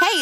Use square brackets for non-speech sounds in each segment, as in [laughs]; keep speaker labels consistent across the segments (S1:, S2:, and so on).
S1: Hey,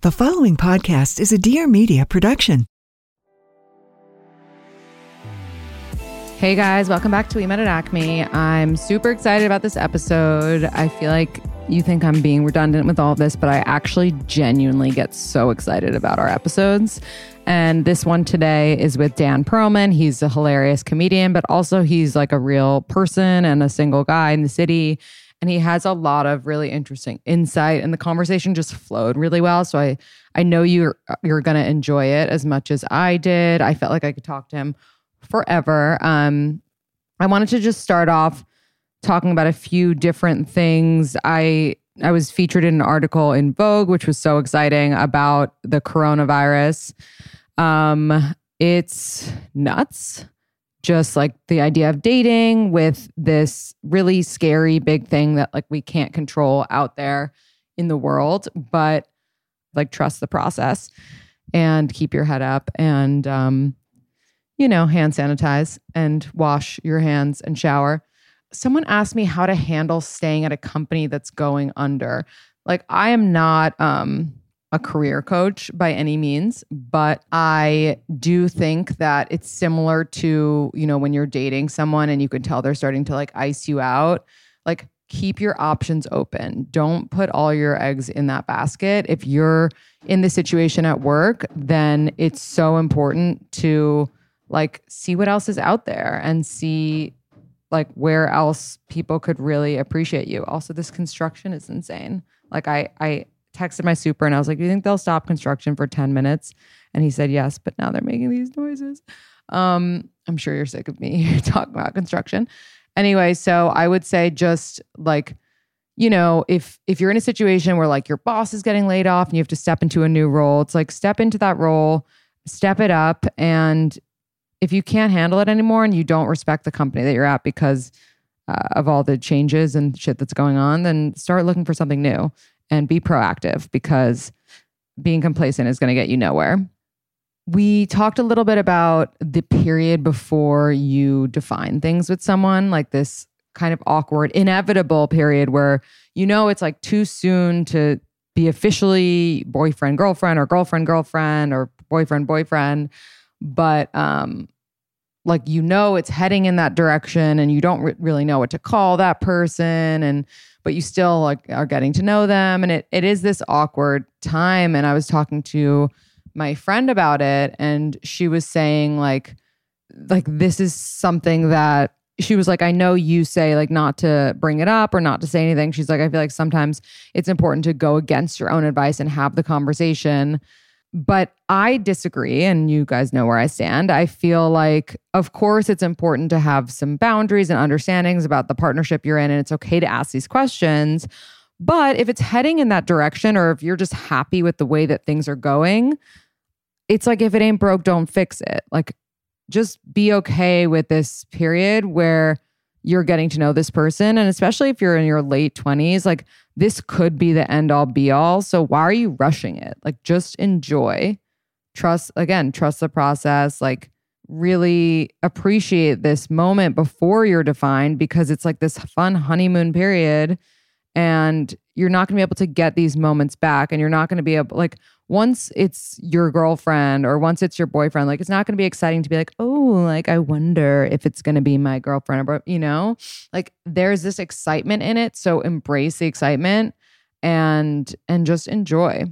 S2: The following podcast is a Dear Media production.
S3: Hey guys, welcome back to We Met at Acme. I'm super excited about this episode. I feel like you think I'm being redundant with all of this, but I actually genuinely get so excited about our episodes. And this one today is with Dan Perlman. He's a hilarious comedian, but also he's like a real person and a single guy in the city and he has a lot of really interesting insight and the conversation just flowed really well so i i know you're you're gonna enjoy it as much as i did i felt like i could talk to him forever um i wanted to just start off talking about a few different things i i was featured in an article in vogue which was so exciting about the coronavirus um it's nuts just like the idea of dating with this really scary big thing that like we can't control out there in the world but like trust the process and keep your head up and um you know hand sanitize and wash your hands and shower someone asked me how to handle staying at a company that's going under like i am not um a career coach by any means, but I do think that it's similar to, you know, when you're dating someone and you can tell they're starting to like ice you out, like keep your options open. Don't put all your eggs in that basket. If you're in the situation at work, then it's so important to like see what else is out there and see like where else people could really appreciate you. Also, this construction is insane. Like I I texted my super and I was like, Do you think they'll stop construction for 10 minutes? And he said, Yes, but now they're making these noises. Um, I'm sure you're sick of me [laughs] talking about construction. Anyway, so I would say just like, you know, if if you're in a situation where like your boss is getting laid off and you have to step into a new role, it's like step into that role, step it up. And if you can't handle it anymore and you don't respect the company that you're at because uh, of all the changes and shit that's going on, then start looking for something new and be proactive because being complacent is going to get you nowhere. We talked a little bit about the period before you define things with someone, like this kind of awkward, inevitable period where you know it's like too soon to be officially boyfriend, girlfriend, or girlfriend, girlfriend, or boyfriend, boyfriend. But um, like you know it's heading in that direction and you don't re- really know what to call that person and but you still like are getting to know them and it it is this awkward time and I was talking to my friend about it and she was saying like like this is something that she was like I know you say like not to bring it up or not to say anything she's like I feel like sometimes it's important to go against your own advice and have the conversation but I disagree, and you guys know where I stand. I feel like, of course, it's important to have some boundaries and understandings about the partnership you're in, and it's okay to ask these questions. But if it's heading in that direction, or if you're just happy with the way that things are going, it's like if it ain't broke, don't fix it. Like, just be okay with this period where you're getting to know this person. And especially if you're in your late 20s, like this could be the end all be all. So why are you rushing it? Like just enjoy, trust, again, trust the process, like really appreciate this moment before you're defined because it's like this fun honeymoon period. And you're not going to be able to get these moments back. And you're not going to be able, like, once it's your girlfriend or once it's your boyfriend, like it's not going to be exciting to be like, oh, like I wonder if it's going to be my girlfriend or, you know, like there's this excitement in it. So embrace the excitement and, and just enjoy.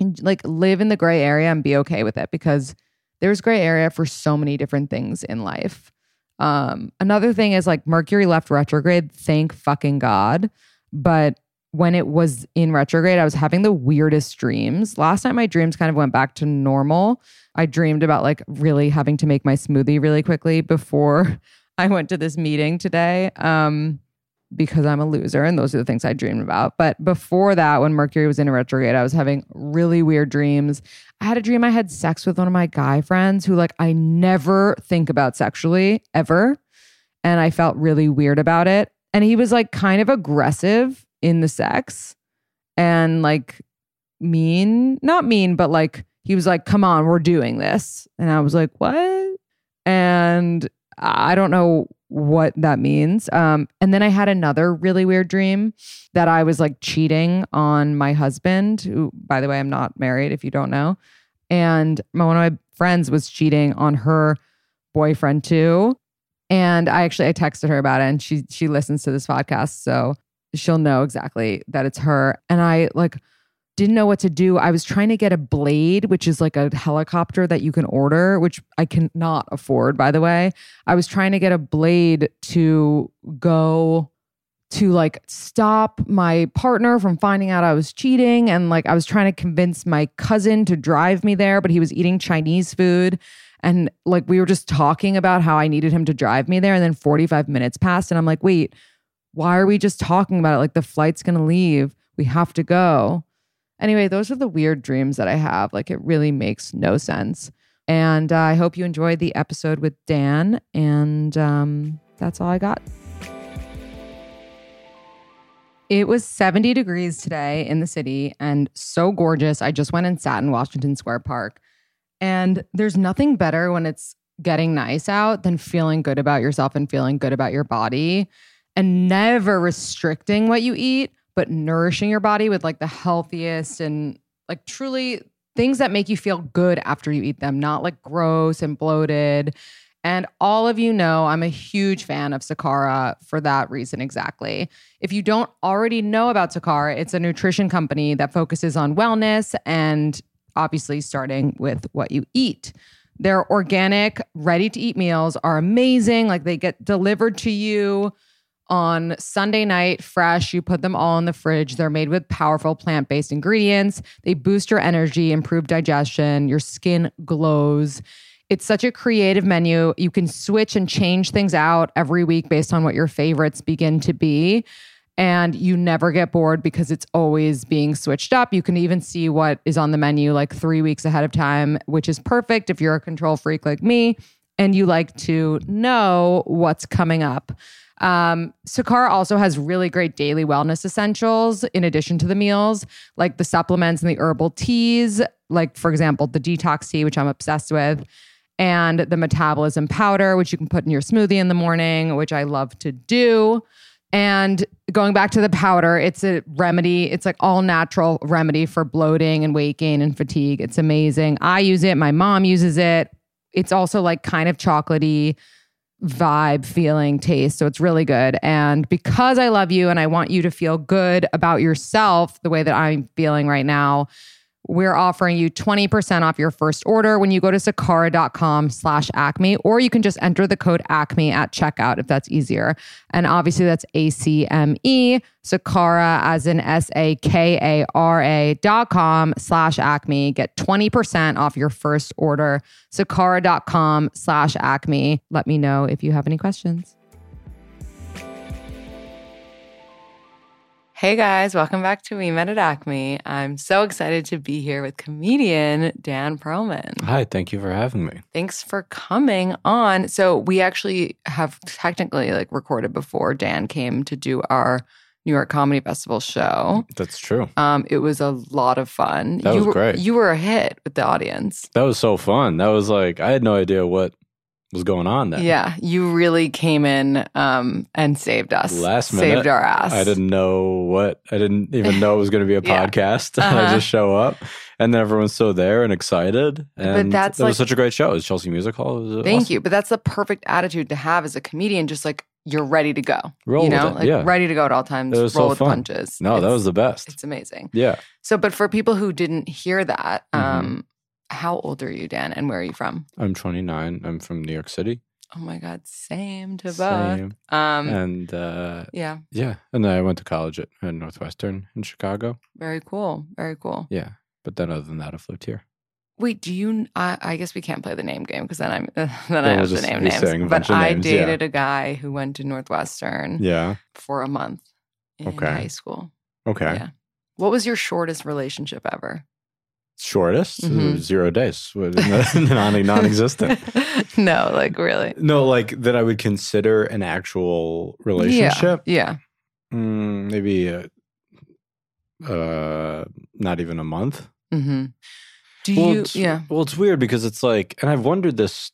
S3: and like live in the gray area and be okay with it because there's gray area for so many different things in life. Um, another thing is like Mercury left retrograde, thank fucking God. But when it was in retrograde, I was having the weirdest dreams. Last night, my dreams kind of went back to normal. I dreamed about like really having to make my smoothie really quickly before [laughs] I went to this meeting today. Um, because I'm a loser and those are the things I dreamed about. But before that, when Mercury was in a retrograde, I was having really weird dreams. I had a dream I had sex with one of my guy friends who like I never think about sexually ever. And I felt really weird about it. And he was like kind of aggressive in the sex and like mean, not mean, but like he was like, come on, we're doing this. And I was like, what? And I don't know what that means. Um, and then I had another really weird dream that I was like cheating on my husband, who, by the way, I'm not married if you don't know. And my, one of my friends was cheating on her boyfriend too. And I actually I texted her about it and she she listens to this podcast. So she'll know exactly that it's her. And I like didn't know what to do. I was trying to get a blade, which is like a helicopter that you can order, which I cannot afford, by the way. I was trying to get a blade to go to like stop my partner from finding out I was cheating. And like I was trying to convince my cousin to drive me there, but he was eating Chinese food. And like we were just talking about how I needed him to drive me there. And then 45 minutes passed. And I'm like, wait, why are we just talking about it? Like the flight's going to leave. We have to go. Anyway, those are the weird dreams that I have. Like it really makes no sense. And uh, I hope you enjoyed the episode with Dan. And um, that's all I got. It was 70 degrees today in the city and so gorgeous. I just went and sat in Washington Square Park. And there's nothing better when it's getting nice out than feeling good about yourself and feeling good about your body and never restricting what you eat but nourishing your body with like the healthiest and like truly things that make you feel good after you eat them, not like gross and bloated. And all of you know I'm a huge fan of Sakara for that reason exactly. If you don't already know about Sakara, it's a nutrition company that focuses on wellness and obviously starting with what you eat. Their organic, ready to eat meals are amazing. Like they get delivered to you on Sunday night, fresh. You put them all in the fridge. They're made with powerful plant based ingredients. They boost your energy, improve digestion, your skin glows. It's such a creative menu. You can switch and change things out every week based on what your favorites begin to be. And you never get bored because it's always being switched up. You can even see what is on the menu like three weeks ahead of time, which is perfect if you're a control freak like me and you like to know what's coming up. Um, Sakara also has really great daily wellness essentials in addition to the meals, like the supplements and the herbal teas, like for example, the detox tea, which I'm obsessed with, and the metabolism powder, which you can put in your smoothie in the morning, which I love to do. And going back to the powder, it's a remedy. It's like all natural remedy for bloating and weight gain and fatigue. It's amazing. I use it. My mom uses it. It's also like kind of chocolatey vibe, feeling, taste. So it's really good. And because I love you and I want you to feel good about yourself the way that I'm feeling right now, we're offering you 20% off your first order when you go to sakara.com slash acme, or you can just enter the code acme at checkout if that's easier. And obviously that's A-C-M-E, E, Sakara as in S-A-K-A-R-A dot com slash acme. Get 20% off your first order, sakara.com slash acme. Let me know if you have any questions. Hey guys, welcome back to We Met at Acme. I'm so excited to be here with comedian Dan Perlman.
S4: Hi, thank you for having me.
S3: Thanks for coming on. So, we actually have technically like recorded before Dan came to do our New York Comedy Festival show.
S4: That's true.
S3: Um, it was a lot of fun.
S4: That
S3: you
S4: was
S3: were,
S4: great.
S3: You were a hit with the audience.
S4: That was so fun. That was like I had no idea what was going on there.
S3: Yeah, you really came in um, and saved us.
S4: Last
S3: saved
S4: minute,
S3: our ass.
S4: I didn't know what I didn't even know it was going to be
S3: [laughs]
S4: a
S3: Yeah.
S4: podcast. [laughs]
S3: Uh-huh.
S4: I just show up and then everyone's so there and excited. And
S3: that's
S4: that was
S3: like-
S4: such a great show. It was Chelsea Music Hall. It was
S3: Thank
S4: awesome.
S3: you. But that's the perfect attitude to have as a comedian. Just like you're ready to go.
S4: Roll
S3: you know,
S4: with it.
S3: like
S4: yeah.
S3: ready to go at all times.
S4: It was
S3: roll
S4: so
S3: with
S4: fun.
S3: punches.
S4: No, that
S3: It's-
S4: was the best.
S3: It's amazing.
S4: Yeah.
S3: So, but for people who didn't hear that,
S4: Mm-hmm.
S3: um, how old are you, Dan, and where are you from?
S4: I'm 29. I'm from New York City.
S3: Oh my God, same to
S4: Same.
S3: both. Um, yeah.
S4: And uh, yeah. And then I went to college at, at Northwestern in Chicago.
S3: very cool, very cool.
S4: Yeah. But then other than that, I flipped here.
S3: Wait, do you? I, I guess we can't play the name game because then I'm [laughs] then I
S4: we'll
S3: have to
S4: just
S3: name
S4: be
S3: names.
S4: saying a
S3: But
S4: bunch of
S3: I
S4: names, yeah.
S3: dated a guy who went to Northwestern
S4: Yeah.
S3: for a month in
S4: Okay.
S3: high school.
S4: Okay.
S3: Yeah. What was your shortest relationship ever?
S4: Shortest? uh,
S3: Mhm.
S4: Zero days. [laughs]
S3: [laughs]
S4: non non existent.
S3: no, like really.
S4: No, like that I would consider an actual relationship.
S3: Yeah.
S4: Mm, maybe uh uh, not even a month.
S3: yeah. Mm-hmm. Do
S4: Well,
S3: you?
S4: it's,
S3: Yeah.
S4: Well, it's weird because it's like, and I've wondered this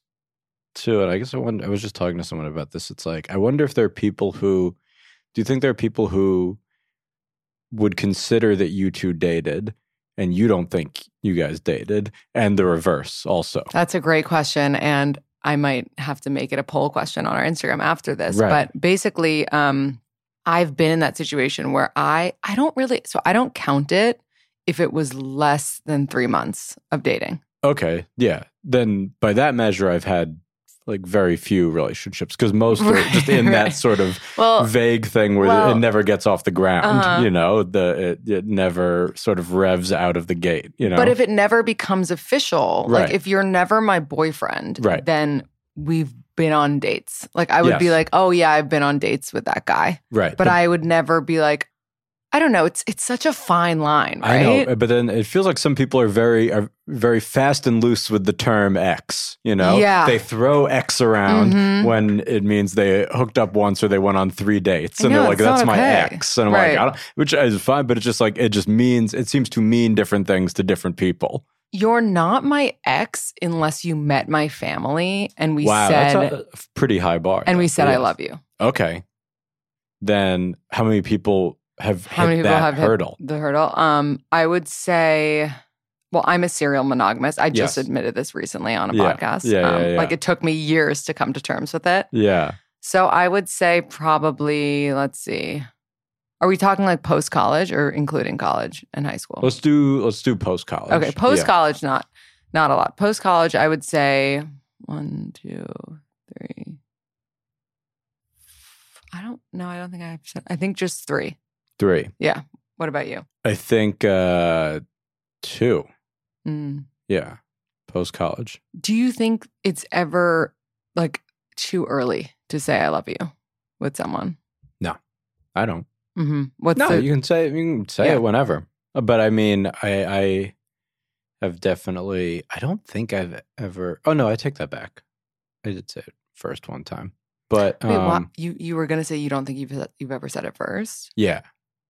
S4: too. And I guess I wonder, I was just talking to someone about this. It's like, I wonder if there are people who, do you think there are people who would consider that you two dated and you don't think you guys dated, and the reverse also?
S3: That's a great question. And I might have to make it a poll question on our Instagram after this.
S4: Right.
S3: But basically, um, I've been in that situation where I I don't really so I don't count it if it was less than three months of dating.
S4: Okay. Yeah. Then by that measure, I've had like very few relationships because most are just in
S3: Right,
S4: that
S3: right.
S4: sort of
S3: Well
S4: vague thing where
S3: well,
S4: it never gets off the ground.
S3: uh-huh.
S4: You know, the it, it never sort of revs out of the gate. You know,
S3: But if it never becomes official,
S4: Right.
S3: like if you're never my boyfriend,
S4: Right.
S3: then we've been on dates. Like I would be
S4: Yes.
S3: like, oh yeah, I've been on dates with that guy.
S4: right?
S3: But I would never be like, I don't know. It's it's such a fine line, right?
S4: I know, but then it feels like some people are very are very fast and loose with the term X. You know,
S3: Yeah.
S4: they throw X around
S3: Mhm.
S4: when it means they hooked up once or they went on three dates,
S3: I
S4: and
S3: know,
S4: they're like,
S3: it's not
S4: "That's my
S3: okay."
S4: X," and I'm
S3: Right.
S4: like, I don't, which is fine, but it's just like it just means it seems to mean different things to different people.
S3: You're not my ex unless you met my family and we
S4: wow,
S3: said
S4: that's a a pretty high bar.
S3: and we said I
S4: love you.
S3: love you.
S4: Okay. Then how many people have
S3: How
S4: hit
S3: many people
S4: that
S3: have hit
S4: hurdle?
S3: The hurdle. Um, I would say well, I'm a serial monogamist. I just
S4: Yes.
S3: admitted this recently on a
S4: Yeah.
S3: podcast. Um,
S4: Yeah, yeah, yeah.
S3: Like it took me years to come to terms with it.
S4: Yeah.
S3: So I would say probably, let's see. Are we talking like post college or including college and high school?
S4: Let's do let's do post college.
S3: Oh. Okay, post college, not not a lot. Post college, I would say one, two, three. I don't know. I don't think I've said. I think just three.
S4: Three.
S3: Yeah. What about you?
S4: I think uh two.
S3: Mm.
S4: Yeah. Post college.
S3: Do you think it's ever like too early to say I love you with someone?
S4: I don't.
S3: hmm What's
S4: no,
S3: the
S4: you can say you can say
S3: Yeah.
S4: it whenever. But I mean, I I have definitely I don't think I've ever Oh no, I take that back. I did say it first one time. But
S3: Wait, why-
S4: um,
S3: you you were gonna say you don't think you've you've ever said it first?
S4: yeah.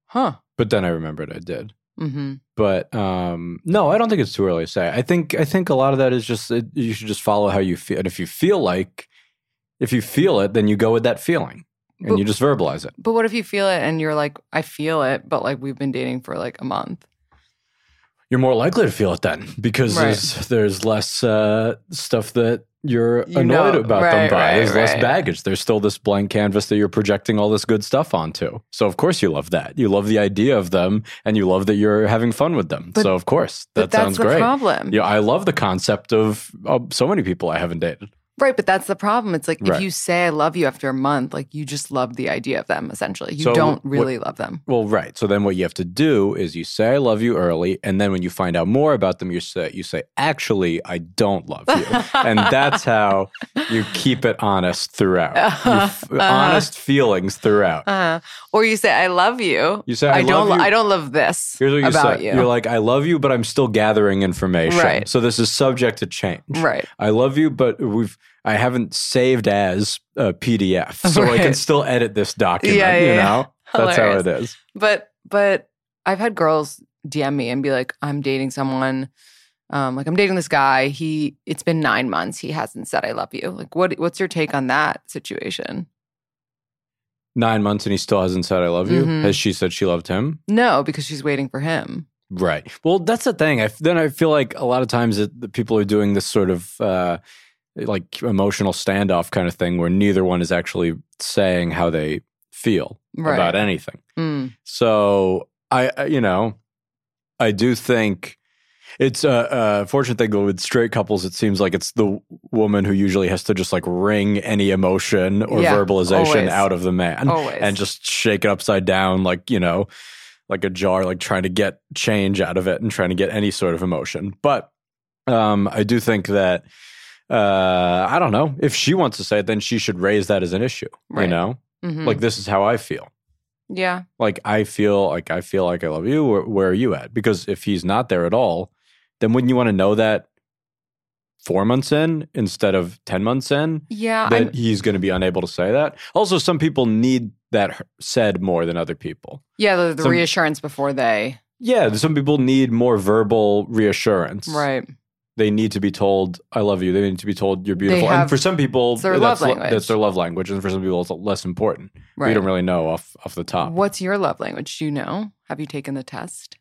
S3: Huh.
S4: But then I remembered I did.
S3: Mm-hmm.
S4: but um no i don't think it's too early to say i think i think a lot of that is just it, you should just follow how you feel and if you feel like if you feel it then you go with that feeling and
S3: But-
S4: you just verbalize it
S3: But what if you feel it and you're like, I feel it, but like we've been dating for like a month?
S4: you're more likely to feel it then [laughs] because
S3: Right.
S4: there's there's less uh stuff that you're
S3: You
S4: annoyed
S3: know-
S4: about
S3: right,
S4: them by
S3: right,
S4: there's less
S3: right.
S4: baggage there's still this blank canvas that you're projecting all this good stuff onto so of course you love that you love the idea of them and you love that you're having fun with them
S3: But-
S4: so of course that
S3: but that's
S4: sounds
S3: the
S4: great
S3: problem.
S4: yeah i love the concept of uh, so many people i haven't dated
S3: Right, but that's the problem. It's like if
S4: Right.
S3: you say I love you after a month, like you just love the idea of them essentially. You
S4: So
S3: don't
S4: what-
S3: really love them.
S4: Well, right. So then what you have to do is you say I love you early, and then when you find out more about them, you say you say actually I don't love [laughs] you, and that's how you keep it honest throughout. [laughs] You f- honest feelings throughout.
S3: Uh, or you say I love you.
S4: You say, "I
S3: don't
S4: love
S3: lo-
S4: you."
S3: I don't love this
S4: Here's what you
S3: about
S4: say.
S3: you.
S4: You're like I love you, but I'm still gathering information.
S3: Right.
S4: So this is subject to change.
S3: right.
S4: I love you, but we've I haven't saved as a PDF, so I can
S3: Right.
S4: still edit this document.
S3: Yeah, yeah,
S4: you
S3: yeah.
S4: know, that's how
S3: Hilarious.
S4: it is.
S3: But but I've had girls DM me and be like, I'm dating someone. Um, like I'm dating this guy. He it's been nine months. He hasn't said I love you. Like what what's your take on that situation?
S4: Nine months and he still hasn't said I love you.
S3: Mhm.
S4: Has she said she loved him?
S3: No, because she's waiting for him.
S4: Right. Well, that's the thing. I, then I feel like a lot of times it, the people are doing this sort of uh, like emotional standoff kind of thing where neither one is actually saying how they feel
S3: Right.
S4: about anything.
S3: Mm.
S4: So I, I- you know, I do think it's a, a fortunate thing that with straight couples, it seems like it's the woman who usually has to just like wring any emotion or
S3: Yeah,
S4: verbalization
S3: always.
S4: out of the man
S3: Always.
S4: and just shake it upside down, like you know, like a jar, like trying to get change out of it and trying to get any sort of emotion. But um, I do think that uh, I don't know if she wants to say it, then she should raise that as an issue. You
S3: Right.
S4: know,
S3: Mhm.
S4: like this is how I feel
S3: yeah,
S4: like I feel like I feel like I love you. Where, where are you at? Because if he's not there at all, then wouldn't you want to know that four months in instead of ten months in
S3: yeah.
S4: that
S3: Uh, I'm,
S4: he's going to be unable to say that? Also, some people need that h- said more than other people.
S3: yeah, the, the
S4: some-
S3: reassurance before they
S4: Yeah, some people need more verbal reassurance.
S3: right.
S4: They need to be told "I love you." They need to be told "You're beautiful." and
S3: have-
S4: for some people,
S3: it's their love
S4: that's, lo-
S3: language.
S4: that's their love language, and for some people, it's less important.
S3: Right.
S4: We don't really know off off the top.
S3: What's your love language? Do you know? Have you taken the test?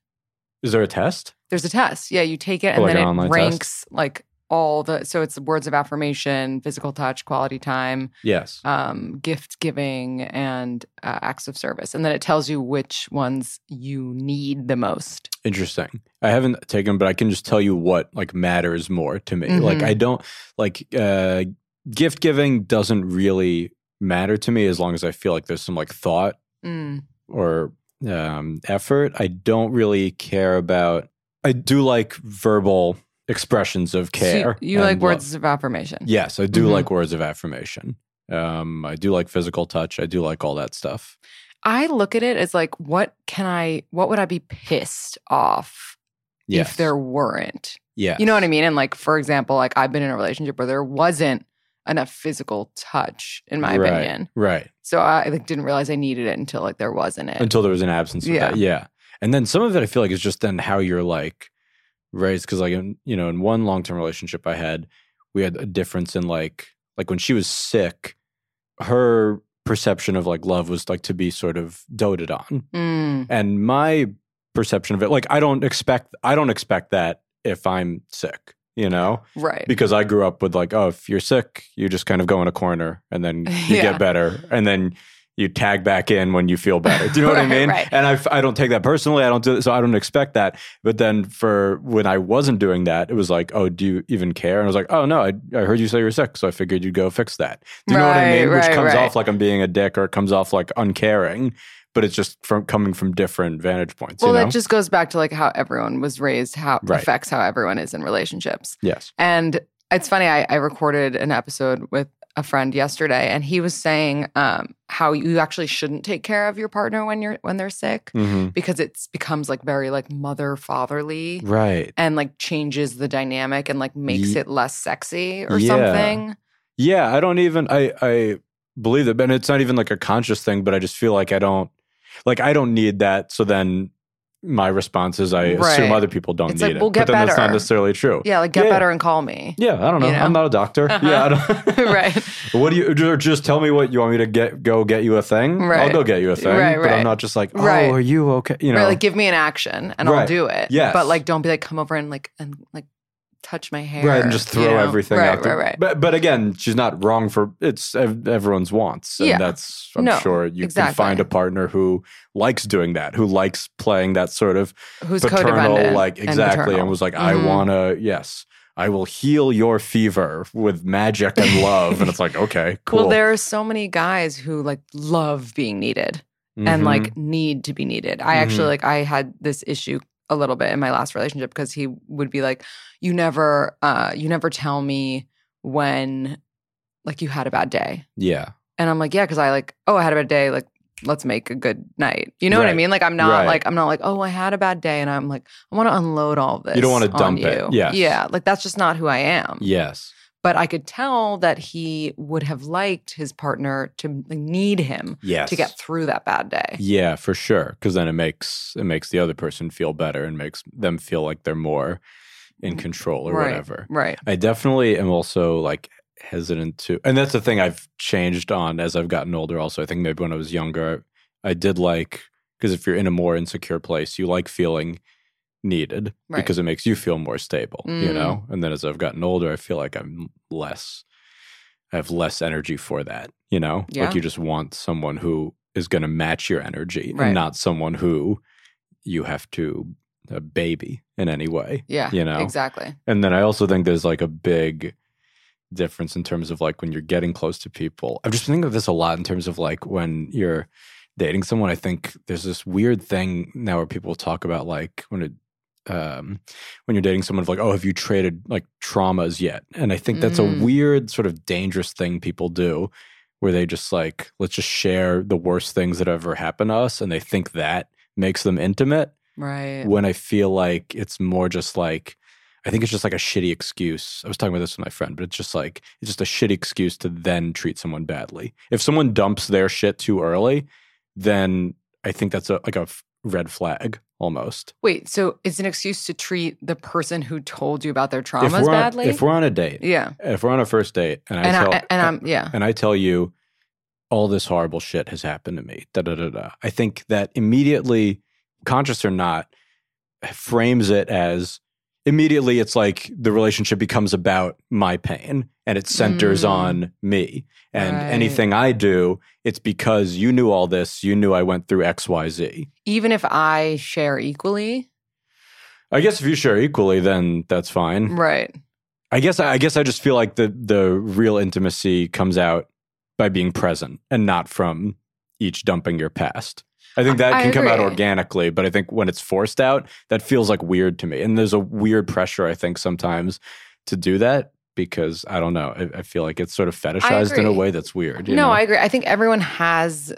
S4: Is there a test?
S3: There's a test. Yeah, you take it
S4: Oh,
S3: and
S4: like
S3: then
S4: an
S3: it
S4: online test?
S3: ranks like all the so it's words of affirmation, physical touch, quality time,
S4: Yes.
S3: um, gift giving, and uh, acts of service, and then it tells you which ones you need the most.
S4: Interesting. I haven't taken, but I can just tell you what like matters more to me. Like
S3: Mhm.
S4: I don't like uh gift giving doesn't really matter to me as long as I feel like there's some like thought
S3: Mm.
S4: or um effort. I don't really care about I do like verbal expressions of
S3: So you-
S4: care.
S3: you
S4: and
S3: like
S4: love.
S3: words of affirmation.
S4: Yes, I do
S3: Mhm.
S4: like words of affirmation. Um I do like physical touch. I do like all that stuff.
S3: I look at it as like, what can I? What would I be pissed off
S4: Yes.
S3: if there weren't?
S4: yes.
S3: You know what I mean? And like, for example, like I've been in a relationship where there wasn't enough physical touch, in my
S4: Right,
S3: opinion.
S4: Right.
S3: So I like didn't realize I needed it until like there wasn't it.
S4: until there was an absence of
S3: Yeah.
S4: that. Yeah. And then some of it I feel like is just then how you're like raised. Cause like in you know, in one long term relationship I had, we had a difference in like like when she was sick, her perception of like love was like to be sort of doted on.
S3: Mm,
S4: And my perception of it, like I don't expect I don't expect that if I'm sick, you know?
S3: right.
S4: [laughs] Because I grew up with like, oh, if you're sick, you just kind of go in a corner
S3: [laughs]
S4: and then you
S3: Yeah.
S4: get better. And then you tag back in when you feel better. Do you know what I
S3: [laughs] Right,
S4: mean?
S3: right.
S4: And I, f- I don't take that personally. I don't do so. I don't expect that. But then for when I wasn't doing that, it was like, oh, do you even care? And I was like, oh no, I, I heard you say you're sick, so I figured you'd go fix that. Do you know what I
S3: Right,
S4: mean? Which
S3: right,
S4: comes
S3: right.
S4: off like I'm being a dick, or it comes off like uncaring. But it's just from coming from different vantage points.
S3: well,
S4: you know?
S3: that just goes back to like how everyone was raised, how
S4: Right.
S3: affects how everyone is in relationships.
S4: yes.
S3: And it's funny, I, I recorded an episode with a friend yesterday, and he was saying um, how you actually shouldn't take care of your partner when you're when they're sick
S4: hmm
S3: because it's becomes like very like mother fatherly.
S4: Right.
S3: And like changes the dynamic and like makes
S4: Ye-
S3: it less sexy or
S4: Yeah.
S3: something.
S4: Yeah, I don't even I I believe it, and it's not even like a conscious thing, but I just feel like I don't like I don't need that. So then my response is I
S3: Right.
S4: assume other people don't
S3: It's
S4: need
S3: like,
S4: it.
S3: we'll get
S4: but then that's not
S3: better.
S4: necessarily true.
S3: Yeah, like get
S4: Yeah.
S3: better and call me.
S4: Yeah, I don't know.
S3: You know?
S4: I'm not a doctor.
S3: Uh-huh.
S4: Yeah, I don't,
S3: [laughs]
S4: [laughs]
S3: right.
S4: What do you or just tell me what you want me to get? Go get you a thing.
S3: Right.
S4: I'll go get you a thing.
S3: Right,
S4: But
S3: right.
S4: I'm not just like, oh,
S3: Right.
S4: are you okay? You know,
S3: Right, like give me an action and I'll
S4: Right.
S3: do it.
S4: Yes.
S3: But like don't be like come over and like and like touch my hair.
S4: right, and just throw
S3: you know?
S4: everything
S3: Right,
S4: out there.
S3: right, right.
S4: But but again, she's not wrong for it's ev- everyone's wants, and
S3: Yeah.
S4: that's I'm
S3: No,
S4: sure you
S3: exactly.
S4: can find a partner who likes doing that, who likes playing that sort of
S3: Who's
S4: paternal,
S3: codependent
S4: like
S3: and
S4: exactly, and,
S3: maternal.
S4: was like,
S3: Mhm.
S4: I wanna yes. I will heal your fever with magic and love. and it's like, okay,
S3: [laughs]
S4: cool.
S3: Well, there are so many guys who like love being needed and
S4: Mhm.
S3: like need to be needed. I actually
S4: Mhm.
S3: like I had this issue a little bit in my last relationship because he would be like, You never uh you never tell me when like you had a bad day.
S4: Yeah.
S3: And I'm like, yeah, because I like, oh, I had a bad day. Like, let's make a good night. You know what I
S4: Right.
S3: mean? Like, I'm not
S4: Right.
S3: like, I'm not like, oh, I had a bad day, and I'm like, I want to unload all this.
S4: You don't wanna
S3: on
S4: dump it.
S3: you.
S4: Yes.
S3: yeah. Like that's just not who I am.
S4: Yes.
S3: But I could tell that he would have liked his partner to like, need him
S4: Yes.
S3: to get through that bad day.
S4: Yeah, for sure. Because then it makes it makes the other person feel better and makes them feel like they're more in control or
S3: Mm, Right.
S4: whatever.
S3: Right.
S4: I definitely am also like hesitant to, and that's the thing I've changed on as I've gotten older. Also, I think maybe when I was younger, I did like because if you're in a more insecure place, you like feeling needed
S3: Right.
S4: because it makes you feel more stable, you
S3: Mm.
S4: know? And then as I've gotten older, I feel like I'm less, I have less energy for that, you know?
S3: Yeah.
S4: Like you just want someone who is going to match your energy
S3: Right.
S4: and not someone who you have to uh, baby in any way.
S3: Yeah.
S4: You know?
S3: Exactly.
S4: And then I also think there's like a big difference in terms of like when you're getting close to people. I've just been thinking of this a lot in terms of like when you're dating someone. I think there's this weird thing now where people talk about like when it um when you're dating someone of like, oh, have you traded like traumas yet? And I think that's
S3: Mm.
S4: a weird sort of dangerous thing people do where they just like, let's just share the worst things that ever happened to us and they think that makes them intimate
S3: Right.
S4: when I feel like it's more just like I think it's just like a shitty excuse. I was talking about this with my friend, but it's just like it's just a shitty excuse to then treat someone badly. If someone dumps their shit too early, then I think that's a like a f- red flag almost.
S3: Wait. So it's an excuse to treat the person who told you about their
S4: if
S3: traumas
S4: we're
S3: badly.
S4: On, if we're on a date,
S3: yeah.
S4: if we're on a first date, and I
S3: and
S4: tell
S3: I, and I'm yeah.
S4: and I tell you all this horrible shit has happened to me. Da da da da. I think that immediately, conscious or not, frames it as immediately it's like the relationship becomes about my pain and it centers
S3: Mm.
S4: on me. And
S3: Right.
S4: anything I do, it's because you knew all this, you knew I went through XYZ.
S3: Even if I share equally.
S4: [laughs] I guess if you share equally, then that's fine.
S3: Right.
S4: I guess I guess I just feel like the the real intimacy comes out by being present and not from each dumping your past. I think that
S3: I
S4: can come out
S3: agree.
S4: organically, but I think when it's forced out, that feels like weird to me. And there's a weird pressure I think sometimes to do that because I don't know. I, I feel like it's sort of fetishized in a
S3: agree.
S4: way that's weird. you
S3: No,
S4: know?
S3: I agree. I think everyone has,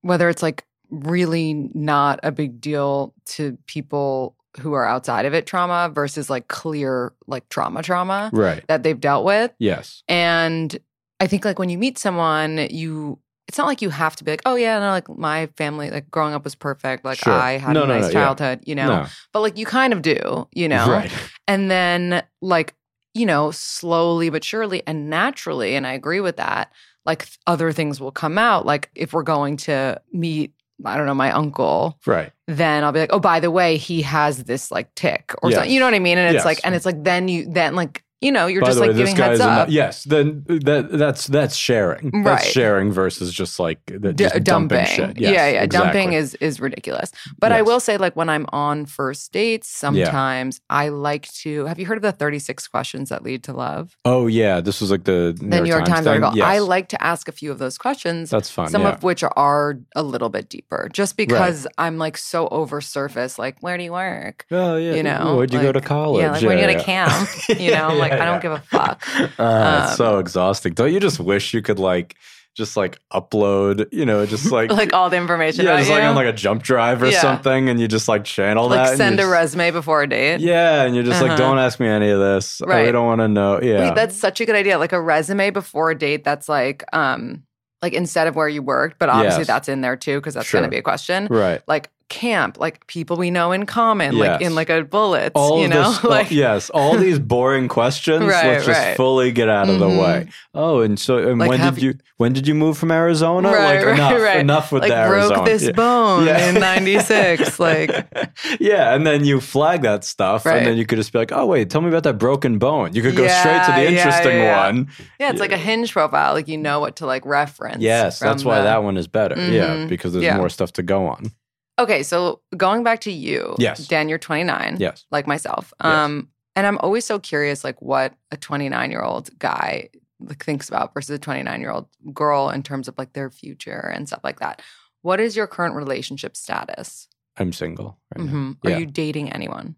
S3: whether it's like really not a big deal to people who are outside of it trauma versus like clear like trauma trauma
S4: right.
S3: that they've dealt with.
S4: Yes.
S3: And I think like when you meet someone, you it's not like you have to be like, oh yeah, no, like my family, like growing up was perfect. Like
S4: Sure.
S3: I had
S4: No,
S3: a
S4: no,
S3: nice
S4: no, yeah.
S3: childhood, you know. But like you kind of do, you know.
S4: [laughs] Right.
S3: And then, like, you know, slowly but surely and naturally, and I agree with that, like th- other things will come out. Like, if we're going to meet, I don't know, my uncle,
S4: Right.
S3: then I'll be like, oh, by the way, he has this like tick or
S4: Yes.
S3: something. You know what I mean? And it's
S4: Yes.
S3: like, and it's like, then you, then like, you know, you're
S4: By
S3: just
S4: the way,
S3: like
S4: this
S3: giving
S4: guy
S3: heads
S4: is a nu-
S3: up.
S4: yes, then that that's that's sharing. That's
S3: Right.
S4: sharing versus just like the,
S3: D-
S4: just dumping. shit. Yes,
S3: yeah, yeah. Dumping
S4: exactly.
S3: is is ridiculous. But I
S4: Yes.
S3: will say, like when I'm on first dates, sometimes I like to. Have you heard of the 36 questions that lead to love?
S4: Oh yeah, this was like the New,
S3: the New York Times,
S4: thing.
S3: article.
S4: Yes.
S3: I like to ask a few of those questions,
S4: that's fun.
S3: some
S4: yeah.
S3: of which are a little bit deeper, just because I'm like so over surface. Like, where do you work?
S4: oh yeah,
S3: you know,
S4: where'd you go to
S3: like-
S4: college?
S3: yeah, like, where'd you go to
S4: [laughs] yeah.
S3: camp? You know, like, I don't give a
S4: [laughs]
S3: fuck. [laughs]
S4: Uh, it's
S3: Um,
S4: so exhausting. Don't you just wish you could like just like upload? You know, just like
S3: [laughs] Like all the information.
S4: yeah,
S3: about
S4: just
S3: you.
S4: like on like a jump drive or
S3: Yeah.
S4: something, and you just like channel
S3: Like,
S4: that. and
S3: send a
S4: you just-
S3: resume before a date.
S4: Yeah, and you're just like,
S3: Uh-huh.
S4: don't ask me any of this. I
S3: Right.
S4: don't want to know. Yeah,
S3: Wait, that's such a good idea. Like a resume before a date. That's like, um, like instead of where you worked, but obviously
S4: Yes.
S3: that's in there too because that's going
S4: Sure.
S3: to be a question.
S4: right.
S3: Like camp, like people we know in common, like
S4: Yes.
S3: in like a bullets.
S4: all
S3: you
S4: of
S3: know, [laughs]
S4: this, all-
S3: like
S4: yes,
S3: [laughs]
S4: all these boring questions.
S3: Right,
S4: let's just
S3: right. Mm-hmm.
S4: fully get out of the way. Oh, and so and
S3: Like,
S4: when
S3: have
S4: did you when did you move from Arizona?
S3: Right, [laughs]
S4: Oh, like
S3: right,
S4: enough,
S3: right.
S4: enough with
S3: like
S4: the Arizona.
S3: broke this
S4: Yeah.
S3: bone
S4: Yeah.
S3: in 96 like
S4: [laughs] yeah, and then you flag that stuff,
S3: Right.
S4: and then you could just be like, "Oh wait, tell me about that broken bone." You could go straight to
S3: Yeah,
S4: the
S3: yeah,
S4: interesting
S3: yeah.
S4: one.
S3: yeah it's like a hinge profile like you know what to like reference
S4: Yes,
S3: from
S4: that's why
S3: the-
S4: that one is better. Yeah,
S3: Mhm.
S4: because there's
S3: Yeah.
S4: more stuff to go on.
S3: okay so going back to you
S4: Yes.
S3: dan you're 29
S4: Yes,
S3: like myself
S4: Yes.
S3: um and i'm always so curious like what a 29 year old guy like thinks about versus a 29 year old girl in terms of like their future and stuff like that what is your current relationship status
S4: I'm single. Right now.
S3: Mhm. are
S4: Yeah.
S3: you dating anyone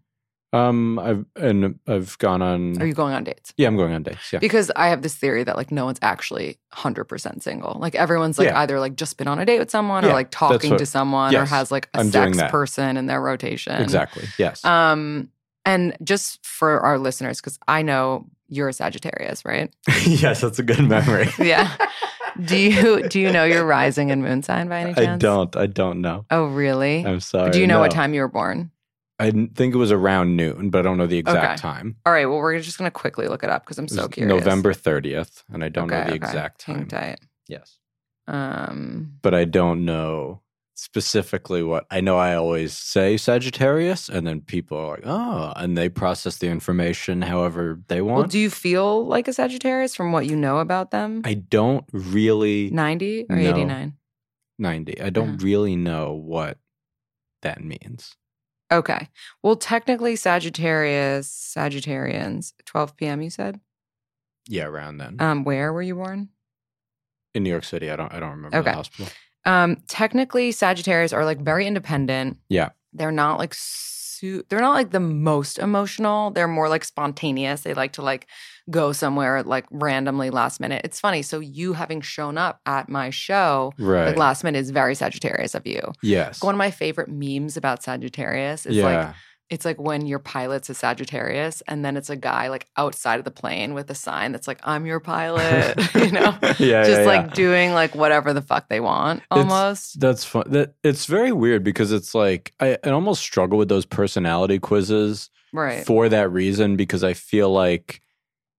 S4: Um, I've and I've gone on.
S3: are you going on dates
S4: yeah, I'm going on dates. Mm-hmm. Yeah,
S3: Because I have this theory that like no one's actually 100% single. Like everyone's like
S4: Yeah.
S3: either like just been on a date with someone or
S4: Yeah,
S3: like
S4: that's
S3: talking
S4: what-
S3: to someone or
S4: yes,
S3: has like a
S4: I'm doing
S3: sex
S4: that.
S3: person in their rotation.
S4: exactly. Yes.
S3: Um and just for our listeners cuz I know you're a Sagittarius, right?
S4: [laughs] yes, that's a good
S3: [laughs]
S4: memory.
S3: Yeah. do you do you know your rising and moon sign by any chance?
S4: I don't. I don't know.
S3: Oh, really?
S4: I'm sorry.
S3: do you know what
S4: no.
S3: time you were born?
S4: I didn't think it was around noon, but I don't know the exact
S3: Okay.
S4: time.
S3: All right, well we're just going to quickly look it up cuz I'm
S4: It
S3: so
S4: was
S3: curious.
S4: November 30th, and I don't know
S3: Okay,
S4: the
S3: okay.
S4: exact
S3: Hang
S4: time.
S3: tight.
S4: Yes.
S3: Um
S4: But I don't know specifically what I know I always say Sagittarius, and then people are like, oh, and they process the information however they want.
S3: Well, do you feel like a Sagittarius from what you know about them?
S4: I don't really
S3: 90 or
S4: No.
S3: 89?
S4: 90. I don't
S3: Uh-huh.
S4: really know what that means.
S3: Okay. Well, technically, Sagittarius, Sagittarians, 12 p.m., you said?
S4: Yeah, around then.
S3: Um, where were you born?
S4: In New York City, I don't I don't remember
S3: Okay.
S4: the hospital.
S3: Um, technically, Sagittarius are like very independent.
S4: Yeah.
S3: They're not like su- they're not like the most emotional. They're more like spontaneous. They like to like go somewhere like randomly last minute. It's funny. So you having shown up at my show
S4: Right.
S3: like last minute is very Sagittarius of you.
S4: yes.
S3: One of my favorite memes about Sagittarius is like
S4: yeah.
S3: It's like when your pilot's a Sagittarius, and then it's a guy like outside of the plane with a sign that's like, I'm your pilot, [laughs]
S4: [laughs]
S3: you know?
S4: yeah,
S3: Just
S4: yeah,
S3: like
S4: yeah.
S3: doing like whatever the fuck they want almost.
S4: That's fun. That it's very weird because it's like I, I almost struggle with those personality quizzes
S3: right.
S4: for that reason because I feel like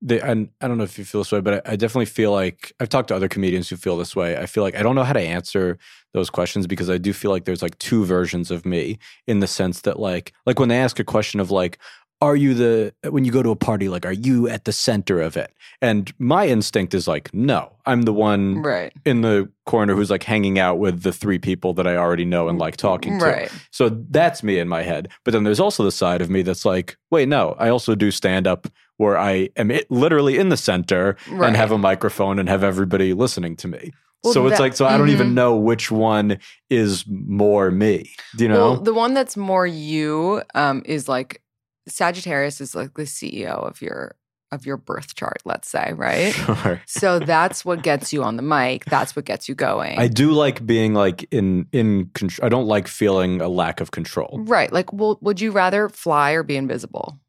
S4: they and I don't know if you feel this way, but I, I definitely feel like I've talked to other comedians who feel this way. I feel like I don't know how to answer those questions because I do feel like there's like two versions of me in the sense that like like when they ask a question of like are you the when you go to a party like are you at the center of it and my instinct is like no i'm the one
S3: right.
S4: in the corner who's like hanging out with the three people that I already know and like talking to.
S3: Right.
S4: So that's me in my head. But then there's also the side of me that's like, wait, no, I also do stand up where I am it, literally in the center
S3: Right.
S4: and have a microphone and have everybody listening to me.
S3: Well,
S4: so it's
S3: that-
S4: like, so I don't
S3: mhm.
S4: even know which one is more me. Do you know?
S3: Well, the one that's more you um, is like Sagittarius is like the CEO of your of your birth chart, let's say, right?
S4: [laughs] Sure.
S3: so that's what gets you on the mic. That's what gets you going.
S4: I do like being like in in control. I don't like feeling a lack of control.
S3: right. Like, well, would you rather fly or be invisible?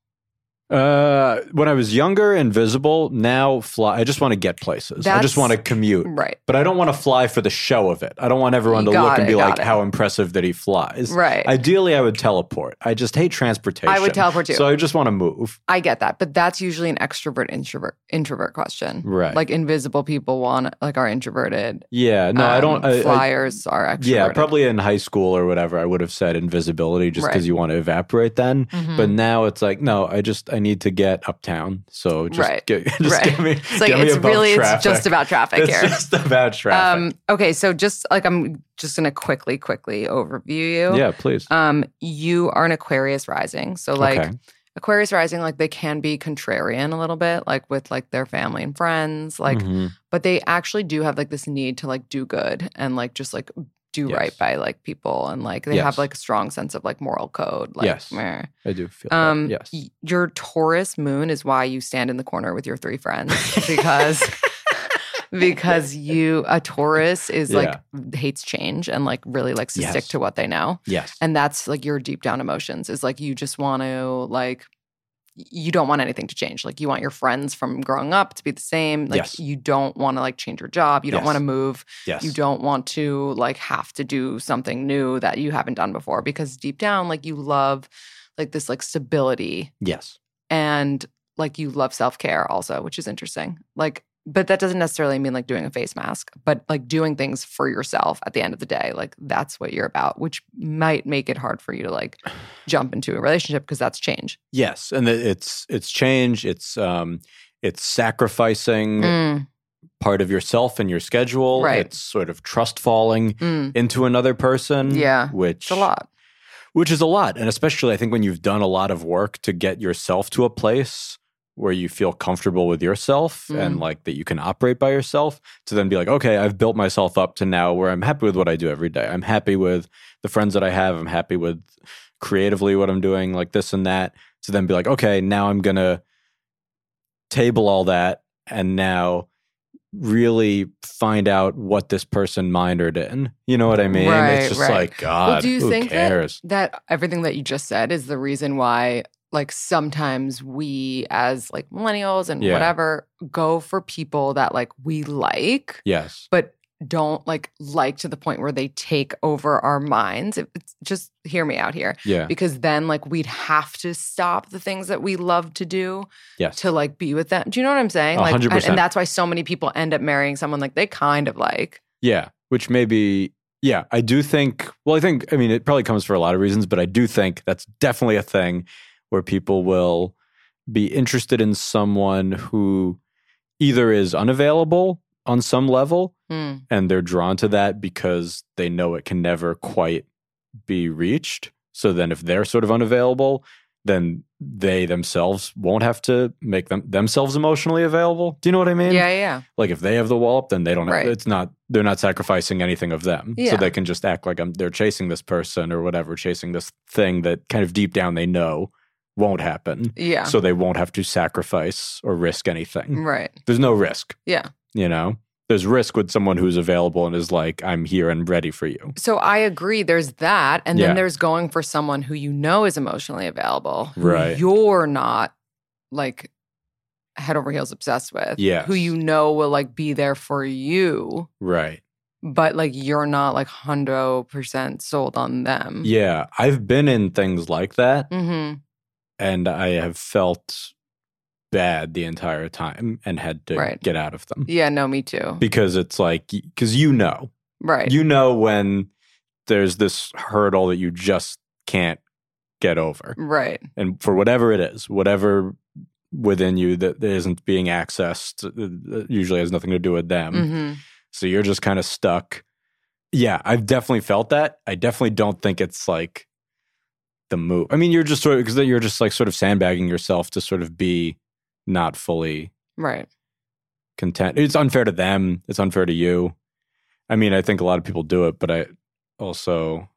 S4: Uh, when I was younger, invisible. Now, fly. I just want to get places. I
S3: That's-
S4: just want to commute,
S3: Right.
S4: but I don't want to fly for the show of it. I don't want everyone to
S3: Got
S4: look and
S3: it,
S4: be
S3: got
S4: like,
S3: it.
S4: "How impressive that he flies."
S3: Right.
S4: Ideally, I would teleport. I just hate transportation.
S3: I would teleport too.
S4: So I just want to move.
S3: I get that, but that's usually an extrovert introvert introvert question.
S4: Right.
S3: Like invisible people want like are introverted.
S4: Yeah. No, I don't.
S3: Um,
S4: I- I-
S3: flyers are extroverted.
S4: yeah, probably in high school or whatever, I would have said invisibility just
S3: Right.
S4: because you want to evaporate then.
S3: Mhm.
S4: But now it's like, no, I just I need to get uptown. So just
S3: Right.
S4: get, [laughs] just
S3: Right.
S4: get me.
S3: It's like
S4: get me
S3: it's
S4: above
S3: really
S4: traffic.
S3: it's just about Um, traffic
S4: [laughs] It's
S3: here.
S4: just about traffic.
S3: okay, so just like I'm just gonna quickly, quickly overview you.
S4: Yeah, please.
S3: Um, you are an Aquarius rising, so like
S4: Okay.
S3: Aquarius rising, like they can be contrarian a little bit, like with like their family and friends, like
S4: Mhm.
S3: but they actually do have like this need to like do good and like just like do
S4: Yes.
S3: right by like people and like they have
S4: Yes.
S3: like a strong sense of like moral code like
S4: Yes.
S3: meh.
S4: I do feel
S3: um
S4: that. Yes.
S3: y- your taurus moon is why you stand in the corner with your three friends
S4: [laughs]
S3: because because you a taurus is like hates change and like really likes to stick
S4: Yes.
S3: to what they know
S4: Yes.
S3: and that's like your deep down emotions is like you just want to like you don't want anything to change like you want your friends from growing up to be the same like
S4: Yes.
S3: you don't want to like change your job you don't
S4: Yes.
S3: want to move
S4: yes.
S3: you don't want to like have to do something new that you haven't done before because deep down like you love like this like stability
S4: Yes.
S3: and like you love self-care also which is interesting like but that doesn't necessarily mean like doing a face mask but like doing things for yourself at the end of the day like that's what you're about which might make it hard for you to like jump into a relationship because that's change
S4: Yes. And it- it's it's change. It's um it's sacrificing
S3: Mm,
S4: part of yourself and your schedule.
S3: Right.
S4: It's sort of trust falling
S3: mm.
S4: into another person.
S3: Yeah.
S4: Which
S3: it's a lot
S4: Which is a lot. And especially I think when you've done a lot of work to get yourself to a place where you feel comfortable with yourself
S3: Mm.
S4: and like that you can operate by yourself to then be like, okay, I've built myself up to now where I'm happy with what I do every day. I'm happy with the friends that I have. I'm happy with creatively what I'm doing, like this and that. To then be like, okay, now I'm gonna table all that and now really find out what this person minored in. You know what I mean?
S3: Right,
S4: it's just
S3: right.
S4: like God.
S3: do you
S4: who
S3: think that-
S4: cares?
S3: that everything that you just said is the reason why like sometimes we as like millennials and
S4: Yeah.
S3: whatever go for people that like we like
S4: Yes.
S3: but don't like like to the point where they take over our minds It- it's just hear me out here
S4: Yeah.
S3: because then like we'd have to stop the things that we love to do
S4: Yes.
S3: to like be with them do you know what i'm saying
S4: A
S3: like
S4: hundred
S3: and- and
S4: percent.
S3: that's why so many people end up marrying someone like they kind of like
S4: yeah. Which maybe Yeah, I do think. Well, I think. I mean, it probably comes for a lot of reasons, but I do think that's definitely a thing where people will be interested in someone who either is unavailable on some level
S3: Mm.
S4: and they're drawn to that because they know it can never quite be reached. So then, if they're sort of unavailable, then they themselves won't have to make them themselves emotionally available. Do you know what I mean?
S3: Yeah, yeah.
S4: Like if they have the wall up, then they don't.
S3: Right.
S4: It's not. They're not sacrificing anything of them,
S3: Yeah.
S4: so they can just act like I'm, they're chasing this person or whatever, chasing this thing that kind of deep down they know won't happen.
S3: Yeah.
S4: So they won't have to sacrifice or risk anything
S3: right.
S4: there's no risk.
S3: Yeah.
S4: You know, there's risk with someone who's available and is like, I'm here and ready for you.
S3: So I agree. There's that. And
S4: Yeah.
S3: then there's going for someone who you know is emotionally available. who
S4: Right.
S3: You're not like head over heels obsessed with.
S4: Yes.
S3: Who you know will like be there for you,
S4: Right.
S3: but like you're not like 100% sold on them.
S4: Yeah. I've been in things like that
S3: hmm
S4: and I have felt bad the entire time and had to
S3: Right.
S4: get out of them
S3: Yeah. No, me too.
S4: because it's like, because you know,
S3: right.
S4: you know, when there's this hurdle that you just can't get over.
S3: right.
S4: and for whatever it is, whatever within you that isn't being accessed uh, usually has nothing to do with them.
S3: hmm
S4: So you're just kind of stuck. Yeah, I've definitely felt that. I definitely don't think it's like the move. I mean, you're just sort of because you're just like sort of sandbagging yourself to sort of be not fully
S3: Right.
S4: content. It's unfair to them. It's unfair to you. I mean, I think a lot of people do it, but I also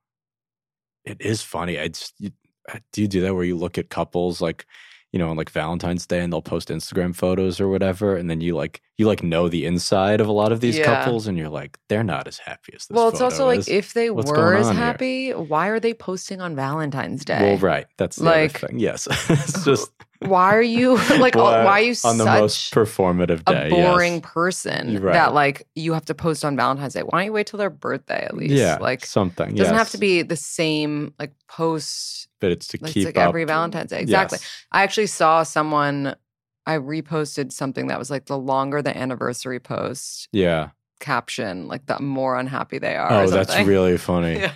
S4: it is funny. I just you, I- do you do that where you look at couples like you know on like Valentine's Day and they'll post Instagram photos or whatever, and then you like you like know the inside of a lot of these
S3: Yeah.
S4: couples, and you're like they're not as happy as this.
S3: Well, it's
S4: photo
S3: also like
S4: is.
S3: if they
S4: What's
S3: were
S4: going
S3: as
S4: on here?
S3: happy, why are they posting on Valentine's Day?
S4: well, right. That's the
S3: like-
S4: other thing. Yes, [laughs] it's just
S3: Why are you [laughs] like? why, are you such
S4: on the most performative
S3: a
S4: day? yes.
S3: boring person
S4: Right.
S3: that like you have to post on Valentine's Day? Why don't you wait till their birthday at least?
S4: Yeah,
S3: like
S4: something
S3: it doesn't have
S4: yes.
S3: to be the same like post
S4: but it's to
S3: like,
S4: keep
S3: like every
S4: up.
S3: Valentine's Day. Exactly.
S4: Yes.
S3: I actually saw someone. I reposted something that was like the longer the anniversary post
S4: Yeah.
S3: caption, like the more unhappy they are. or
S4: Oh, that's
S3: something.
S4: really funny.
S3: [laughs] Yeah.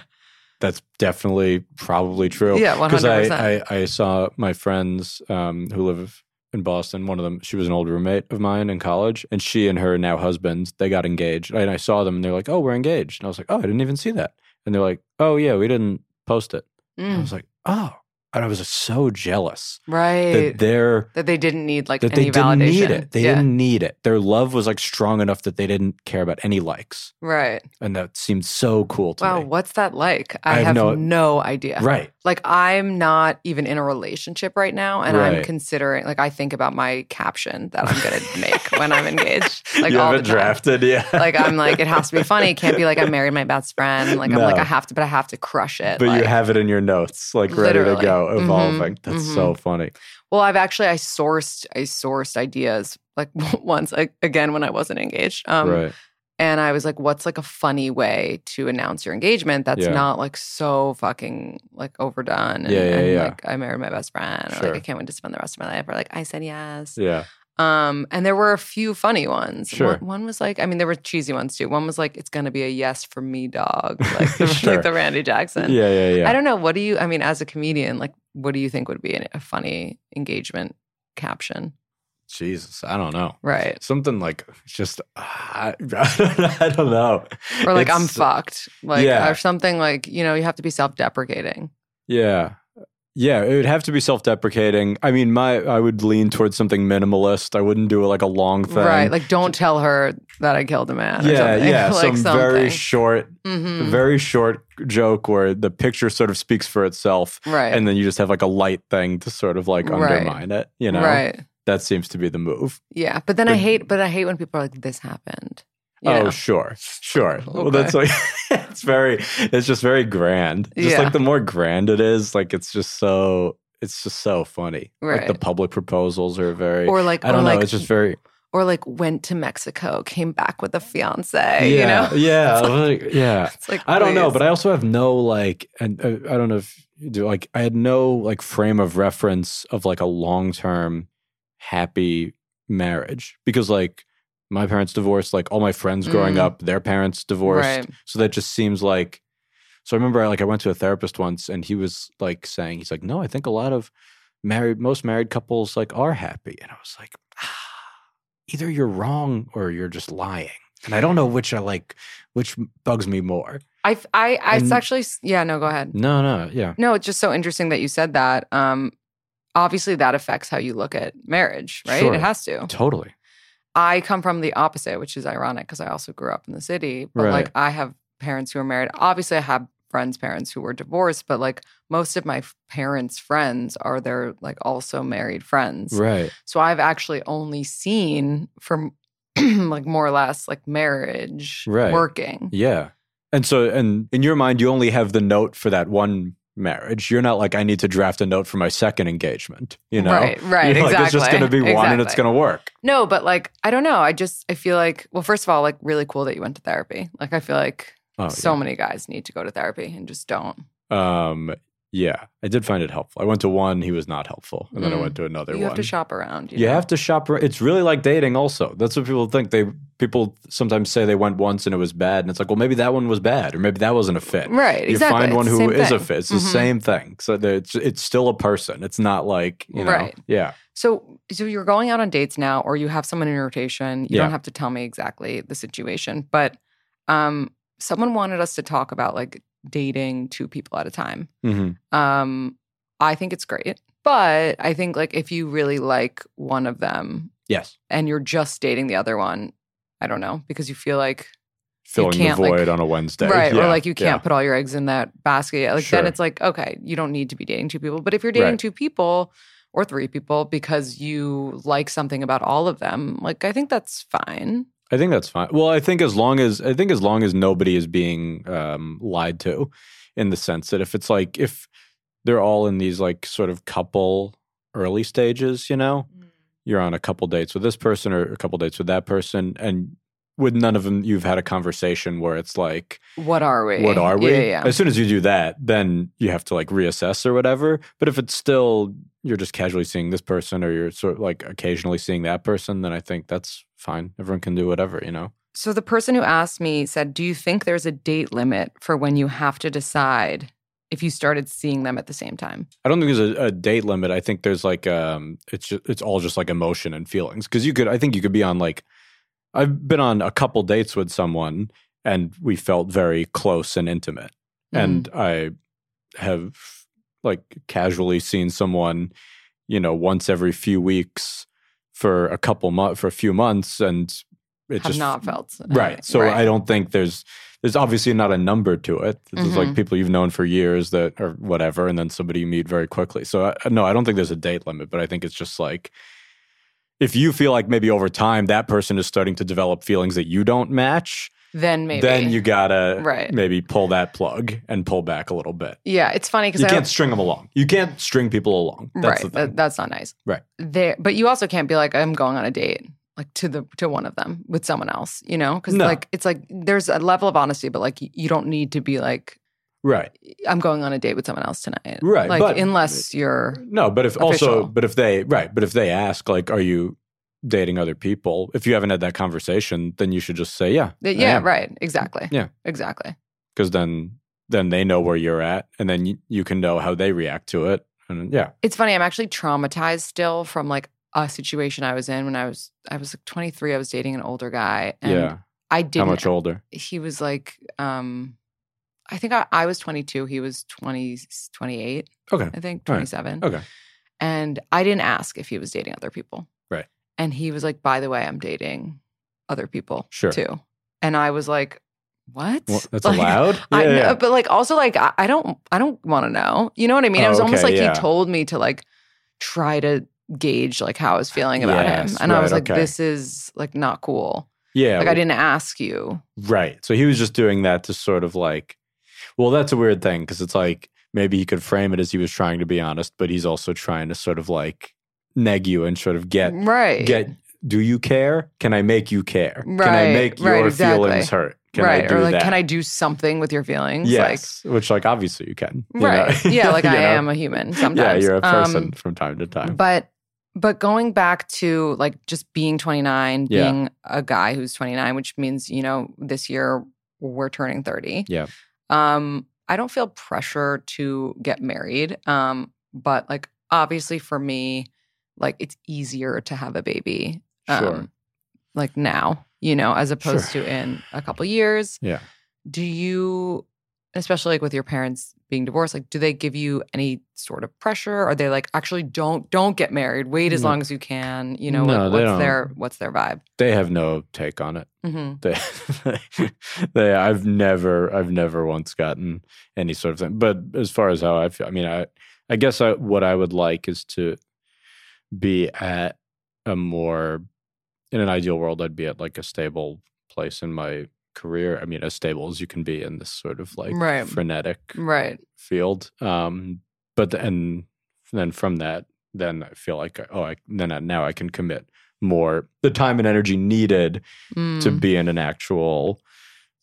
S4: That's definitely probably true.
S3: Yeah, one
S4: Because
S3: hundred
S4: I,
S3: percent.
S4: I, I saw my friends um, who live in Boston. One of them, she was an old roommate of mine in college, and she and her now husband, they got engaged. And I saw them, and they're like, "Oh, we're engaged." And I was like, "Oh, I didn't even see that." And they're like, "Oh, yeah, we didn't post it."
S3: Mm.
S4: And I was like, "Oh," and I was just so jealous
S3: Right.
S4: that they're
S3: that they didn't need like
S4: that
S3: any
S4: they didn't
S3: validation.
S4: need it. They
S3: yeah.
S4: didn't need it. Their love was like strong enough that they didn't care about any likes,
S3: Right.
S4: and that seemed so cool to
S3: Wow.
S4: me.
S3: What's that like? I,
S4: I have
S3: have,
S4: no-
S3: no, idea.
S4: Right.
S3: Like I'm not even in a relationship right now, and I'm
S4: Right.
S3: considering. Like I think about my caption that I'm
S4: [laughs]
S3: gonna make when I'm engaged. Like
S4: you
S3: all
S4: have it
S3: the time.
S4: drafted, yeah.
S3: Like I'm like it has to be funny. It can't be like I married my best friend. Like I'm like
S4: No.
S3: I have to, but I have to crush it.
S4: [laughs] but you
S3: Like-
S4: have it in your notes, like ready to
S3: Literally. Mm-hmm.
S4: go,
S3: Mhm,
S4: evolving. That's so funny.
S3: Well, I've actually I sourced I sourced ideas like [laughs] once like, again when I wasn't engaged. Um,
S4: right.
S3: And I was like, what's like a funny way to announce your engagement that's
S4: Yeah.
S3: not like so fucking like overdone? And,
S4: Yeah, yeah,
S3: and
S4: yeah.
S3: like I married my best friend. Or,
S4: Sure.
S3: like I can't wait to spend the rest of my life. Or like I said yes.
S4: Yeah.
S3: Um, and there were a few funny ones.
S4: Sure.
S3: One, one was like, I mean, there were cheesy ones too. One was like, it's gonna be a yes for me,
S4: [laughs]
S3: dog. Like [laughs] the,
S4: Sure.
S3: like the Randy Jackson.
S4: Yeah, yeah, yeah.
S3: I don't know. What do you? I mean, as a comedian, like, what do you think would be an- a funny engagement caption?
S4: Jesus, I don't know.
S3: Right.
S4: Something like just [laughs] I, I don't know.
S3: Or like, I'm
S4: It's-
S3: fucked. Like,
S4: Yeah.
S3: or something like, you know, you have to be self deprecating.
S4: Yeah. Yeah, it would have to be self-deprecating. I mean, my I would lean towards something minimalist. I wouldn't do like a long thing.
S3: Right. Like, don't tell her that I killed a man. or
S4: yeah,
S3: something. [laughs]
S4: yeah,
S3: like
S4: some very short,
S3: Mhm.
S4: very short joke where the picture sort of speaks for itself,
S3: Right.
S4: and then you just have like a light thing to sort of like
S3: Right.
S4: undermine it. You know,
S3: Right.
S4: that seems to be the move.
S3: Yeah. But then I
S4: But-
S3: hate. But I hate when people are like, this happened. You
S4: oh,
S3: know?
S4: sure,
S3: [laughs]
S4: sure. Well, that's like [laughs] it's very, it's just very grand. Just
S3: Yeah.
S4: like the more grand it is, like it's just so, it's just so funny. Like the
S3: Right.
S4: public proposals are very,
S3: Or like,
S4: I
S3: or
S4: don't know,
S3: like,
S4: it's just very,
S3: or like, went to Mexico, came back with a fiance. You
S4: yeah,
S3: know, [laughs]
S4: [laughs] yeah, like- yeah.
S3: it's like
S4: I don't know,
S3: please.
S4: but I also have no like, and uh, I don't know if you do. Like, I had no like frame of reference of like a long term happy marriage because like my parents divorced, like all my friends growing
S3: Mm.
S4: up, their parents divorced.
S3: Right.
S4: So that just seems like so I remember I like I went to a therapist once and he was like saying, he's like, No, I think a lot of married most married couples like are happy. And I was like, ah, either you're wrong or you're just lying. And I don't know which I like which bugs me more.
S3: I, f- I, I it's
S4: And-
S3: actually, s- yeah, no, go ahead.
S4: No, no, yeah.
S3: No, it's just so interesting that you said that. Um, obviously, that affects how you look at marriage, right?
S4: Sure.
S3: It has to.
S4: Totally.
S3: I come from the opposite, which is ironic because I also grew up in the city. But
S4: Right.
S3: like, I have parents who are married. Obviously, I have friends' parents who were divorced, but like, most of my f- parents' friends are their like also married friends.
S4: Right.
S3: So I've actually only seen from [clears throat] like more or less like marriage
S4: Right.
S3: working.
S4: Yeah. And so and in your mind you only have the note for that one marriage. You're not like I need to draft a note for my second engagement, you know?
S3: Right, right,
S4: [laughs] You're Like, it's just
S3: exactly,
S4: going to be one and it's
S3: exactly.
S4: going to work.
S3: No, but like I don't know. I just I feel like well, first of all, like really cool that you went to therapy. Like I feel like
S4: Oh,
S3: so many guys need to go to therapy and just don't.
S4: yeah. Um, yeah, I did find it helpful. I went to one, he was not helpful. And then I
S3: Mm.
S4: went to another
S3: you
S4: one.
S3: have to shop around.
S4: You have to shop. ar- It's really like dating also. That's what people think. They people sometimes say they went once and it was bad and it's like, well, maybe that one was bad or maybe that wasn't a fit.
S3: Right,
S4: You
S3: exactly.
S4: find
S3: It's
S4: one
S3: the
S4: who
S3: same
S4: is a
S3: thing.
S4: fit. It's the
S3: Mhm.
S4: same thing. So there- it's it's still a person. It's not like, you know.
S3: Right.
S4: Yeah.
S3: So so you're going out on dates now, or you have someone in your rotation. You
S4: Yeah.
S3: don't have to tell me exactly the situation, but um, someone wanted us to talk about like dating two people at a time.
S4: hmm
S3: Um, I think it's great, but I think like if you really like one of them
S4: Yes.
S3: and you're just dating the other one, I don't know because you feel like
S4: filling the
S3: can't, like-
S4: void on a Wednesday.
S3: Right.
S4: Yeah,
S3: Or like you can't
S4: yeah.
S3: put all your eggs in that basket. Like
S4: Sure.
S3: then it's like, okay, you don't need to be dating two people. But if you're dating
S4: Right.
S3: two people or three people because you like something about all of them, like I think that's fine.
S4: I think that's fine. Well, I think as long as I think as long as nobody is being um, lied to, in the sense that if it's like if they're all in these like sort of couple early stages, you know,
S3: Mm.
S4: you're on a couple dates with this person or a couple dates with that person, and with none of them you've had a conversation where it's like
S3: What are we?
S4: what are we?
S3: Yeah, yeah, yeah.
S4: As soon as you do that, then you have to like reassess or whatever. But if it's still you're just casually seeing this person or you're sort of like occasionally seeing that person, then I think that's fine. Everyone can do whatever, you know?
S3: So the person who asked me said, Do you think there's a date limit for when you have to decide if you started seeing them at the same time?
S4: I don't think there's a, a date limit. I think there's like um it's just, it's all just like emotion and feelings. Cause you could I think you could be on like I've been on a couple dates with someone and we felt very close and intimate. and I
S3: Mm.
S4: have like casually seen someone, you know, once every few weeks for a couple months for a few months, and it
S3: have
S4: just
S3: not felt
S4: right. So I don't think there's there's obviously not a number to it. This is like
S3: Mhm.
S4: people you've known for years that or whatever, and then somebody you meet very quickly. So I, no, I don't think there's a date limit, but I think it's just like. If you feel like maybe over time that person is starting to develop feelings that you don't match,
S3: then maybe
S4: then you gotta
S3: Right.
S4: maybe pull that plug and pull back a little bit.
S3: Yeah, it's funny because
S4: You
S3: I
S4: can't
S3: don't-
S4: string them along. You can't string people along. That's
S3: right.
S4: the thing.
S3: that- that's not nice.
S4: Right.
S3: There, but you also can't be like, I'm going on a date, like to the to one of them with someone else, you know? Because
S4: No.
S3: like it's like there's a level of honesty, but like y- you don't need to be like,
S4: right.
S3: I'm going on a date with someone else tonight,
S4: Right,
S3: Like
S4: but-
S3: unless you're
S4: No, but if also,
S3: Official.
S4: but if they right, but if they ask like, "Are you dating other people?" If you haven't had that conversation, then you should just say, "Yeah,
S3: th- yeah, right, exactly,
S4: Yeah.
S3: exactly,
S4: Because then, then they know where you're at, and then you, you can know how they react to it. And yeah,
S3: It's funny. I'm actually traumatized still from like a situation I was in when I was I was like 23. I was dating an older guy, and
S4: yeah.
S3: I
S4: How
S3: didn't
S4: much older?
S3: he was like um i think i, I was 22 he was 20 28
S4: Okay.
S3: i think
S4: All right.
S3: 27
S4: Okay.
S3: and i didn't ask if he was dating other people
S4: Right.
S3: and he was like by the way i'm dating other people
S4: Sure.
S3: too and i was like what
S4: Well,
S3: [laughs]
S4: that's
S3: Like,
S4: allowed.
S3: I
S4: Yeah,
S3: know,
S4: yeah.
S3: but like also like I, I don't I don't want to know. You know what I mean? it
S4: Oh,
S3: was almost
S4: okay,
S3: like
S4: yeah.
S3: he told me to like try to gauge like how I was feeling about
S4: Yes,
S3: him, and I was
S4: right,
S3: like,
S4: okay.
S3: this is like not cool.
S4: yeah.
S3: like I didn't ask you.
S4: Right. So he was just doing that to sort of like, well, that's a weird thing because it's like maybe he could frame it as he was trying to be honest, but he's also trying to sort of like neg you and sort of get,
S3: right.
S4: get, do you care? Can I make you care? Can I
S3: Eh. Right,
S4: make
S3: right,
S4: your
S3: exactly.
S4: feelings hurt? Can
S3: right.
S4: I do
S3: or like,
S4: that?
S3: can I do something with your feelings?
S4: Yes. which, like, obviously you can. you
S3: Like,
S4: [laughs] know?
S3: right. Yeah. Like
S4: You
S3: I
S4: know?
S3: am a human sometimes.
S4: Yeah, you're a
S3: Um,
S4: person from time to time.
S3: but But going back to like just being 29,
S4: Yeah.
S3: being a guy who's 29, which means, you know, this year we're turning 30.
S4: Yeah.
S3: Um, I don't feel pressure to get married. Um, but like obviously for me, like it's easier to have a baby.
S4: Sure.
S3: um, like now, you know, as opposed
S4: Sure.
S3: to in a couple years.
S4: Yeah.
S3: Do you especially like with your parents being divorced like do they give you any sort of pressure are they like actually don't don't get married wait as
S4: No.
S3: long as you can you know
S4: No,
S3: like,
S4: they
S3: what's
S4: don't.
S3: their what's their vibe
S4: they have no take on it.
S3: hmm
S4: They, [laughs] they, I've never, I've never once gotten any sort of thing. But as far as how I feel, I mean, I, I guess I, what I would like is to be at a more, in an ideal world, I'd be at like a stable place in my career. I mean, as stable as you can be in this sort of like
S3: Right. Mm.
S4: frenetic
S3: right
S4: field. Um, but th- and then from that, then I feel like oh, I, then I, now I can commit more the time and energy needed to
S3: Mm.
S4: be in an actual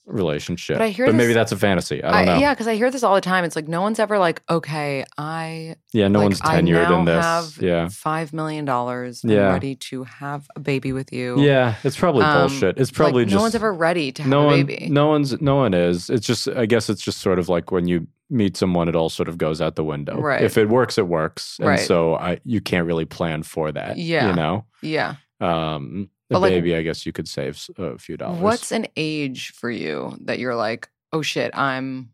S4: relationship.
S3: But I hear
S4: maybe
S3: this-
S4: that's a fantasy. I don't know.
S3: yeah
S4: Yeah,
S3: because i hear this all the time it's like no one's ever like okay i
S4: no
S3: like,
S4: one's
S3: I
S4: tenured
S3: now
S4: in this.
S3: have
S4: yeah.
S3: five million dollars
S4: Yeah.
S3: i'm ready to have a baby with you
S4: Yeah, it's probably
S3: Um,
S4: bullshit. It's
S3: Like,
S4: probably just
S3: no one's ever ready to have
S4: no
S3: a
S4: one,
S3: baby
S4: no one's, no one is. It's just, I guess, it's just sort of like when you meet someone, it all sort of goes out the window.
S3: Right.
S4: If it works, it works, and
S3: Right.
S4: so I, you can't really plan for that.
S3: Yeah.
S4: you know.
S3: yeah
S4: Um,
S3: But,
S4: a
S3: like,
S4: baby, I guess you could save s- a few dollars.
S3: What's an age for you that you're like, oh shit, I'm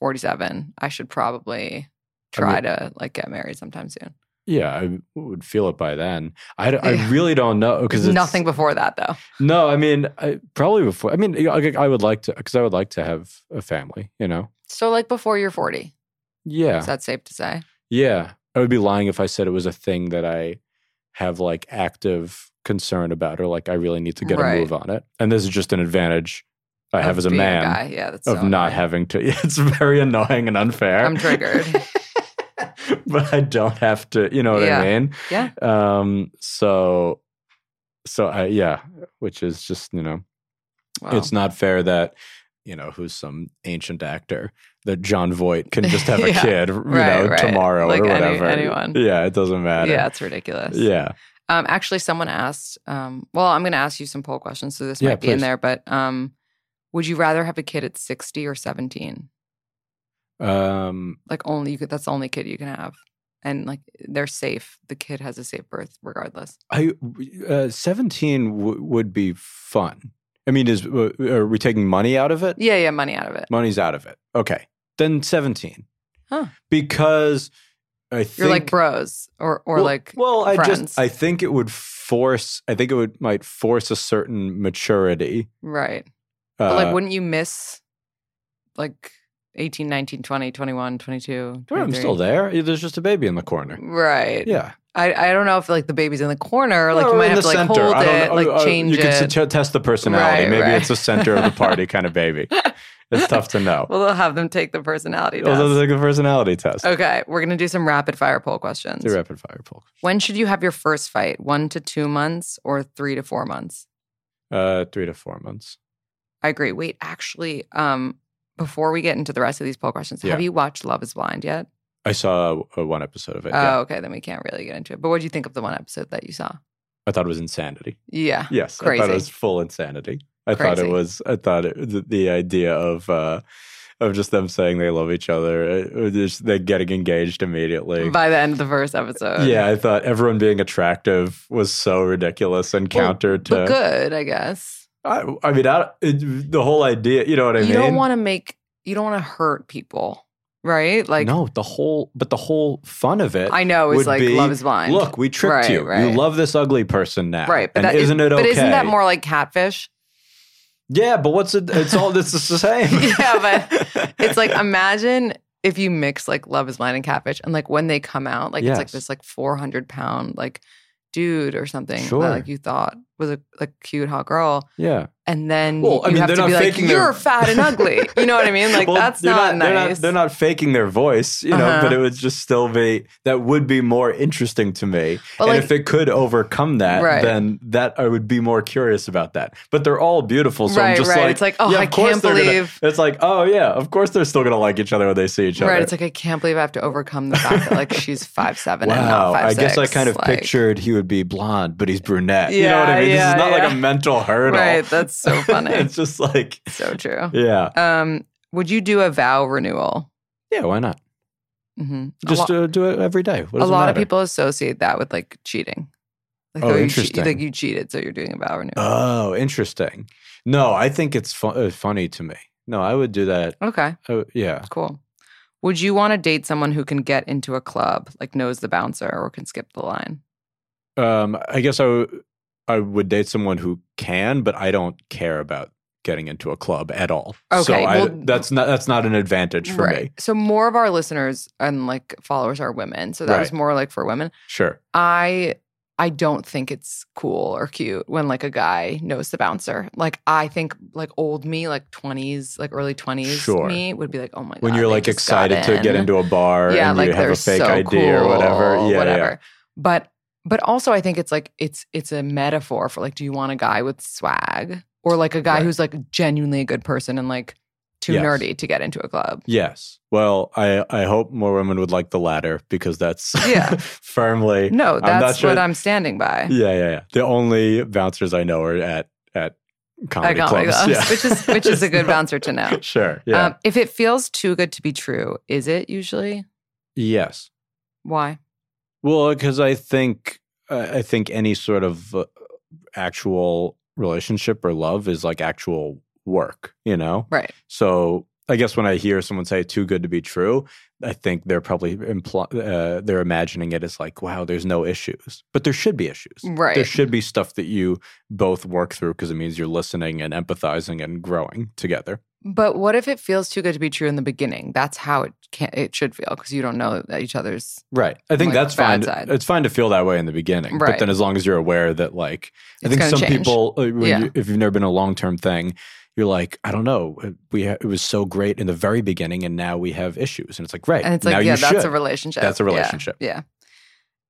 S3: 47. I should probably try
S4: mean-
S3: to like get married sometime soon.
S4: yeah, I would feel it by then. I, d- I
S3: Yeah.
S4: really don't know because it's
S3: Nothing before that though.
S4: No, I mean, I, probably before. I mean, I, I would like to because I would like to have a family. You know.
S3: So like before you're 40.
S4: Yeah.
S3: Is that safe to say?
S4: Yeah. I would be lying if I said it was a thing that I have like active concern about or like I really need to get
S3: Right.
S4: a move on it. And this is just an advantage I have
S3: Of
S4: as a
S3: being
S4: man
S3: guy. Yeah, that's
S4: of
S3: so
S4: not
S3: annoying.
S4: having to. [laughs] It's very annoying and unfair.
S3: I'm triggered.
S4: [laughs] but I don't have to, you know what
S3: Yeah.
S4: I mean?
S3: Yeah.
S4: Um so so I yeah, which is just, you know,
S3: Wow.
S4: it's not fair that you know who's some ancient actor that John Voight can just have a
S3: [laughs] Yeah.
S4: kid, you
S3: Right,
S4: know,
S3: right.
S4: tomorrow
S3: Like
S4: or
S3: any-
S4: whatever.
S3: anyone.
S4: Yeah, it doesn't matter.
S3: yeah, it's ridiculous.
S4: yeah.
S3: Um, actually, someone asked. Um, well, I'm going to ask you some poll questions, so this
S4: Yeah,
S3: might be in
S4: please.
S3: there. But um, would you rather have a kid at 60 or 17?
S4: Um,
S3: like only you could that's the only kid you can have and like they're safe the kid has a safe birth regardless
S4: I uh, seventeen w- would be fun. I mean, is w- are we taking money out of it?
S3: yeah yeah money out of it
S4: Money's out of it. Okay, then seventeen.
S3: Huh.
S4: Because I think
S3: you're like bros or or
S4: well,
S3: like
S4: well, I
S3: friends
S4: just I think it would force. I think it would might force a certain maturity.
S3: right
S4: Uh,
S3: but like wouldn't you miss like 18 19 20 21 22
S4: Well, I'm
S3: 23?
S4: still there. Yeah, There's just a baby in the corner.
S3: right
S4: Yeah,
S3: I, I don't know if like the baby's in the corner like
S4: Well,
S3: you
S4: or
S3: might
S4: in
S3: have
S4: the
S3: to like
S4: center.
S3: hold
S4: I don't
S3: it
S4: know. Uh,
S3: like change
S4: You can
S3: it
S4: t- test the personality.
S3: Right,
S4: Maybe
S3: right.
S4: it's a center of the party kind
S3: [laughs]
S4: of baby. It's tough to know.
S3: well Oh, they'll have them take the personality test.
S4: Although it's like a personality test.
S3: okay we're gonna do some rapid fire poll questions
S4: The rapid fire poll.
S3: When should you have your first fight? One to two months or three to four months?
S4: Uh, three to four months.
S3: I agree. Wait, actually, um, before we get into the rest of these poll questions, have
S4: Yeah.
S3: you watched Love is Blind yet?
S4: I saw uh, one episode of it.
S3: oh,
S4: yeah.
S3: okay. Then we can't really get into it. But what do you think of the one episode that you saw?
S4: I thought it was insanity.
S3: Yeah.
S4: Yes, I thought
S3: Crazy.
S4: it was full insanity. I thought it
S3: Crazy.
S4: was. I thought it, the, the idea of uh, of just them saying they love each other, uh, just they getting engaged immediately.
S3: By the end of the first episode.
S4: Yeah, I thought everyone being attractive was so ridiculous and
S3: Well,
S4: counter
S3: But
S4: to.
S3: good, I guess.
S4: I, I mean, I, it, the whole idea. You know what I
S3: you
S4: mean?
S3: don't want to make you don't want to hurt people, right? Like
S4: no, the whole, but the whole fun of it.
S3: I know is
S4: would
S3: like
S4: be,
S3: Love is Blind.
S4: Look, we tricked
S3: Right,
S4: you. You
S3: right.
S4: love this ugly person now,
S3: right. But
S4: and
S3: that
S4: isn't it okay?
S3: But isn't that more like catfish?
S4: Yeah, but what's it? It's all. It's
S3: [laughs]
S4: the same.
S3: Yeah, but it's
S4: [laughs]
S3: like imagine if you mix like Love Is Blind and Catfish, and like when they come out, like it's like
S4: Yes.
S3: this like four hundred pound like dude or something
S4: Sure.
S3: that like you thought was a, a cute hot girl,
S4: yeah,
S3: and then
S4: Well, I
S3: you
S4: mean,
S3: have
S4: they're
S3: to
S4: not
S3: be like,
S4: faking their-
S3: you're fat and ugly.
S4: [laughs]
S3: You know what I mean? Like
S4: Well,
S3: that's
S4: they're
S3: not,
S4: They're
S3: nice.
S4: not, they're not faking their voice, you know,
S3: Uh-huh.
S4: but it would just still be that would be more interesting to me.
S3: But,
S4: and
S3: like-
S4: if it could overcome that,
S3: Right.
S4: then that I would be more curious about that. But they're all beautiful, so
S3: Right,
S4: I'm just
S3: right.
S4: like,
S3: It's like, oh,
S4: yeah,
S3: I
S4: of course
S3: can't
S4: they're gonna-
S3: believe-
S4: it's like, oh yeah, of course they're still gonna like each other when they see [laughs] each
S3: Right.
S4: other.
S3: It's like I can't believe I have to overcome the fact that
S4: [laughs]
S3: like she's five seven and
S4: Wow,
S3: not five
S4: I guess I
S3: six.
S4: kind of
S3: Like,
S4: pictured he would be blonde, but he's brunette. you know what
S3: Yeah,
S4: I mean? this
S3: yeah,
S4: is not like
S3: yeah.
S4: a mental hurdle.
S3: Right. That's
S4: [laughs]
S3: so funny.
S4: it's just like,
S3: so true.
S4: yeah,
S3: Um, would you do a vow renewal?
S4: yeah. Why not?
S3: hmm
S4: Just uh, do it every day. What
S3: a
S4: does it
S3: lot of
S4: matter?
S3: people associate that with like cheating. Like,
S4: Oh,
S3: you che-
S4: interesting.
S3: like you cheated, so you're doing a vow renewal.
S4: Oh, interesting. No, I think it's fu- uh, funny to me. No, I would do that.
S3: okay,
S4: Oh, yeah.
S3: cool. Would you want to date someone who can get into a club, like knows the bouncer or can skip the line?
S4: Um, I guess I, w- I would date someone who can, but I don't care about getting into a club at all. so
S3: Okay,
S4: I,
S3: well-
S4: that's not that's not an advantage for me.
S3: So more of our listeners and like followers are women. So that was
S4: Right.
S3: more like for women.
S4: Sure.
S3: I I don't think it's cool or cute when like a guy knows the bouncer. Like I think like old me, like twenties, like early twenties
S4: Sure.
S3: me would be like, oh my god.
S4: When you're
S3: they
S4: like
S3: just got
S4: excited to get
S3: in.
S4: into a bar
S3: yeah,
S4: and
S3: like
S4: you have
S3: they're
S4: a fake
S3: so
S4: ID or whatever.
S3: cool,
S4: Yeah,
S3: whatever.
S4: yeah.
S3: But but also I think it's like it's it's a metaphor for like, do you want a guy with swag or like a guy
S4: Right.
S3: who's like genuinely a good person and like too
S4: Yes.
S3: nerdy to get into a club?
S4: Yes. Well, I I hope more women would like the latter because that's
S3: Yeah.
S4: [laughs] firmly
S3: No,
S4: not
S3: that's
S4: sure-
S3: what I'm standing by.
S4: Yeah, yeah, yeah. The only bouncers I know are at at comedy
S3: Iconic
S4: clubs,
S3: clubs,
S4: yeah.
S3: which is which is a
S4: [laughs]
S3: good
S4: It's not-
S3: bouncer to know.
S4: Sure. Yeah.
S3: Um, if it feels too good to be true, is it usually?
S4: yes.
S3: Why?
S4: Well, because I think I I think any sort of uh, actual relationship or love is like actual work, you know.
S3: Right.
S4: So I guess when I hear someone say "too good to be true," I think they're probably impl- uh, they're imagining it as like, "Wow, there's no issues," but there should be issues.
S3: Right.
S4: There should be stuff that you both work through because it means you're listening and empathizing and growing together.
S3: But what if it feels too good to be true in the beginning? That's how it can it should feel because you don't know that each other's
S4: Right. I think
S3: Like,
S4: that's
S3: bad
S4: fine.
S3: side.
S4: It's fine to feel that way in the beginning,
S3: Right.
S4: but then as long as you're aware that like I
S3: It's
S4: think
S3: gonna
S4: some
S3: change.
S4: people, uh, when
S3: Yeah.
S4: you, if you've never been in a long term thing, you're like, I don't know, uh, we ha- it was so great in the very beginning, and now we have issues, and it's like, right,
S3: and it's like
S4: now
S3: yeah,
S4: you
S3: that's
S4: should.
S3: a relationship.
S4: That's a
S3: Yeah,
S4: relationship.
S3: Yeah.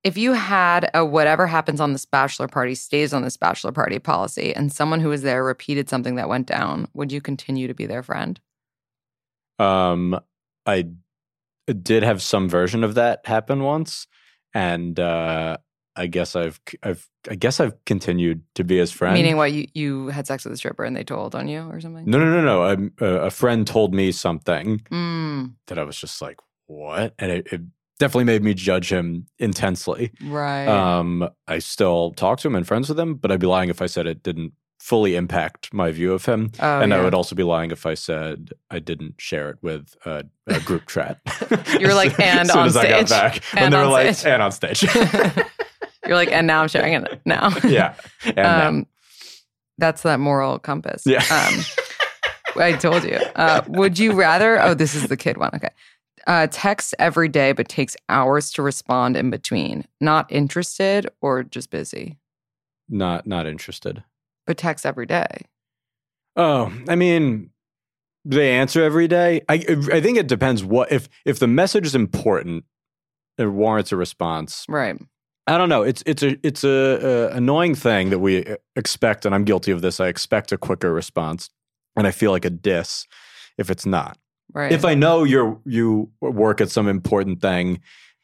S3: If you had a whatever happens on this bachelor party stays on this bachelor party policy, and someone who was there repeated something that went down, would you continue to be their friend?
S4: Um, I did have some version of that happen once, and uh, I guess I've I've I guess I've continued to be his friend.
S3: Meaning, what you you had sex with a stripper and they told on you or something?
S4: no, no, no, no. Um, A, a friend told me something
S3: Mm,
S4: that I was just like, what? And it, it definitely made me judge him intensely.
S3: right.
S4: Um, I still talk to him and friends with him, but I'd be lying if I said it didn't fully impact my view of him.
S3: oh,
S4: and I
S3: yeah.
S4: would also be lying if I said I didn't share it with a, a group chat.
S3: [laughs] You were
S4: [laughs]
S3: like, "And
S4: as soon
S3: on
S4: as I got
S3: stage.
S4: back, when
S3: And
S4: they were
S3: on
S4: like,
S3: stage."
S4: and on stage,
S3: [laughs]
S4: [laughs]
S3: You're like, and now I'm sharing it now.
S4: yeah, and now.
S3: um, that's that moral compass.
S4: Yeah. [laughs]
S3: Um, I told you. Uh, would you rather? Oh, this is the kid one. Okay. Uh, text every day, but takes hours to respond in between. Not interested or just busy,
S4: not not interested.
S3: but text every day.
S4: Oh, I mean, they answer every day. I I think it depends what if if the message is important, it warrants a response.
S3: Right.
S4: I don't know. It's it's a it's a, uh annoying thing that we expect, and I'm guilty of this. I expect a quicker response, and I feel like a diss if it's not.
S3: Right.
S4: If I know you're you work at some important thing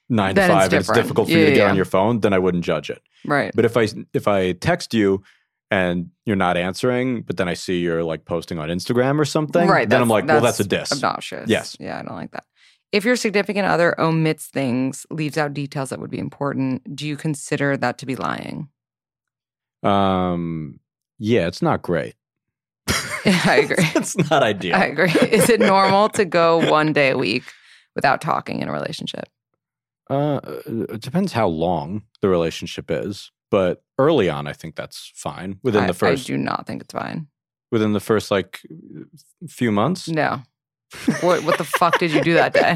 S4: nine
S3: Then
S4: to
S3: it's
S4: five, and it's
S3: different.
S4: difficult for
S3: Yeah,
S4: you to
S3: yeah,
S4: get
S3: yeah.
S4: on your phone, then I wouldn't judge it.
S3: right.
S4: But if I if I text you and you're not answering, but then I see you're like posting on Instagram or something,
S3: right.
S4: then I'm
S3: that's-
S4: like, well, that's a diss.
S3: Obnoxious.
S4: Yes.
S3: Yeah, I don't like that. If your significant other omits things, leaves out details that would be important, do you consider that to be lying? [laughs]
S4: Um, yeah, it's not great.
S3: [laughs] I agree.
S4: [laughs] it's not ideal.
S3: I agree. [laughs] Is it normal to go one day a week without talking in a relationship?
S4: Uh, it depends how long the relationship is, but early on, I think that's fine within
S3: I,
S4: the first
S3: I do not think it's fine.
S4: within the first like few months. [laughs]
S3: No. what what the fuck did you do that day?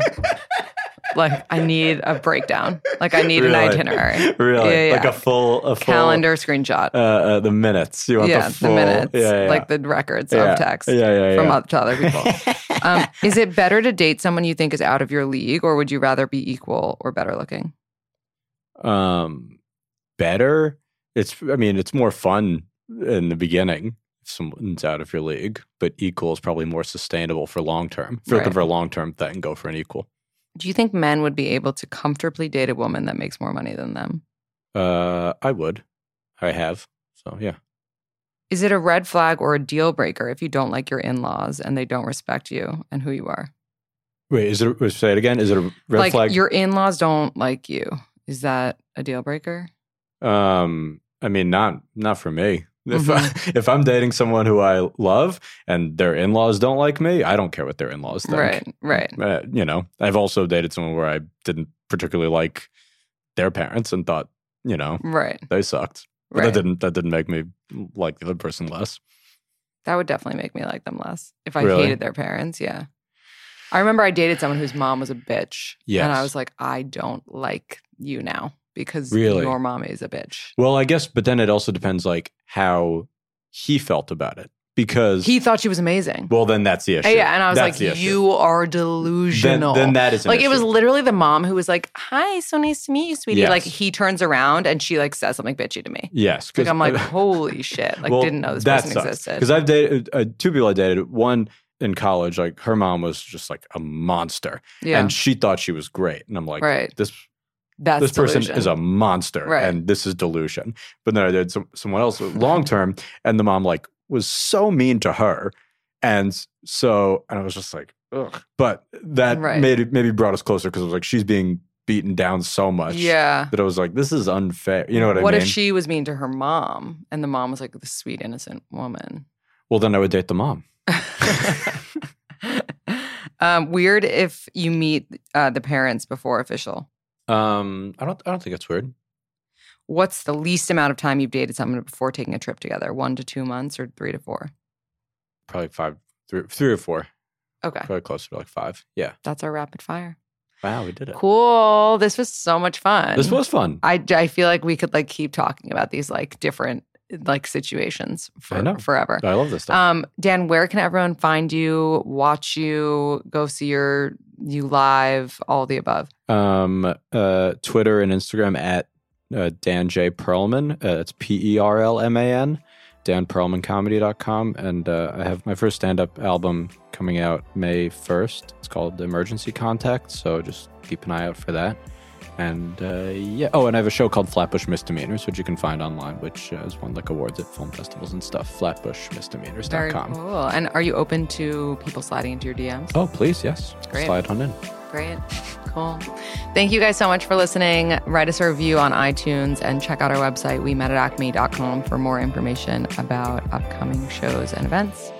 S3: like I need a breakdown. Like I need an
S4: Really?
S3: itinerary.
S4: [laughs] Really?
S3: Yeah, yeah,
S4: Like
S3: yeah.
S4: a full a full
S3: calendar screenshot.
S4: Uh, uh, the minutes. You want
S3: yeah, the,
S4: the full
S3: minutes,
S4: Yeah, yeah.
S3: like the records
S4: Yeah.
S3: of text
S4: Yeah, yeah,
S3: from
S4: yeah.
S3: oth- to other
S4: [laughs]
S3: people. um, is it better to date someone you think is out of your league, or would you rather be equal or better looking?
S4: um better. It's I mean, it's more fun in the beginning if someone's out of your league, but equal is probably more sustainable for long term. If you're
S3: Right.
S4: looking for a long term thing, go for an equal.
S3: Do you think men would be able to comfortably date a woman that makes more money than them?
S4: Uh I would. I have. So yeah.
S3: Is it a red flag or a deal breaker if you don't like your in laws and they don't respect you and who you are?
S4: Wait, is it say it again? Is it a red
S3: like
S4: flag?
S3: your in laws don't like you. Is that a deal breaker?
S4: Um, I mean, not not for me. If
S3: Mm-hmm.
S4: I, [laughs] if I'm dating someone who I love and their in laws don't like me, I don't care what their in laws think.
S3: Right, right.
S4: Uh, you know, I've also dated someone where I didn't particularly like their parents and thought,
S3: [laughs]
S4: you know,
S3: Right.
S4: they sucked. But
S3: Right.
S4: that didn't that didn't make me like the other person less.
S3: That would definitely make me like them less if I
S4: Really?
S3: hated their parents. Yeah. I remember I dated someone whose mom was a bitch. And I
S4: Yes.
S3: was like, I don't like you now because
S4: Really?
S3: your mom is a bitch.
S4: Well, I guess, but then it also depends like how he felt about it because
S3: He thought she was amazing.
S4: well, then that's the issue.
S3: yeah. And I was
S4: That's the
S3: like,
S4: issue.
S3: you are
S4: then,
S3: delusional.
S4: then that is an
S3: like it was
S4: issue.
S3: literally the mom who was like, "Hi, so nice to meet you, sweetie." Like
S4: Yes.
S3: he turns around and she like says something bitchy to me.
S4: yes.
S3: Like
S4: 'cause- [laughs]
S3: I'm like, "Holy shit!" Like didn't know this person existed.
S4: Because I've dated uh, two people I dated. One in college, like her mom was just like a monster,
S3: yeah,
S4: and she thought she was great. And I'm like,
S3: Right.
S4: this
S3: that's
S4: this person
S3: delusion.
S4: is a monster,
S3: Right.
S4: and this is delusion. But then I dated some,
S3: [laughs]
S4: someone else long term, and the mom like was so mean to her, and so and I was just like, ugh. But that
S3: Right.
S4: made it maybe brought us closer because it was like she's being beaten down so much.
S3: yeah.
S4: That I was like, this is unfair. You know what,
S3: what
S4: I mean?
S3: if she was mean to her mom and the mom was like the sweet innocent woman? [laughs]
S4: well, then I would date the mom.
S3: um, weird if you meet uh, the parents before official.
S4: Um, I don't. I don't think it's weird.
S3: What's the least amount of time you've dated someone before taking a trip together? One to two months or three to four?
S4: Probably five, three, three or four.
S3: Okay,
S4: Probably closer to like five. Yeah.
S3: that's our rapid fire.
S4: Wow, we did it.
S3: Cool. This was so much fun.
S4: This was fun.
S3: I, I feel like we could like keep talking about these like different like situations for,
S4: I know.
S3: forever.
S4: I love this stuff.
S3: Um, Dan, where can everyone find you, watch you, go see your you live, all the above?
S4: um, uh, Twitter and Instagram at uh, Dan J Perlman. Uh, it's P E R L M A N. DanPerlmanComedy.com. And uh, I have my first stand up album coming out May 1st. It's called Emergency Contact. So just keep an eye out for that. And uh, yeah. Oh, and I have a show called Flatbush Misdemeanors, which you can find online, which uh, has won like awards at film festivals and stuff.
S3: Very
S4: FlatbushMisdemeanors.com.
S3: cool. And are you open to people sliding into your DMs?
S4: Oh, please. Yes.
S3: Great.
S4: Slide on in.
S3: Great. Cool. Thank you guys so much for listening. Write us a review on iTunes and check out our website, we met at acme.com for more information about upcoming shows and events.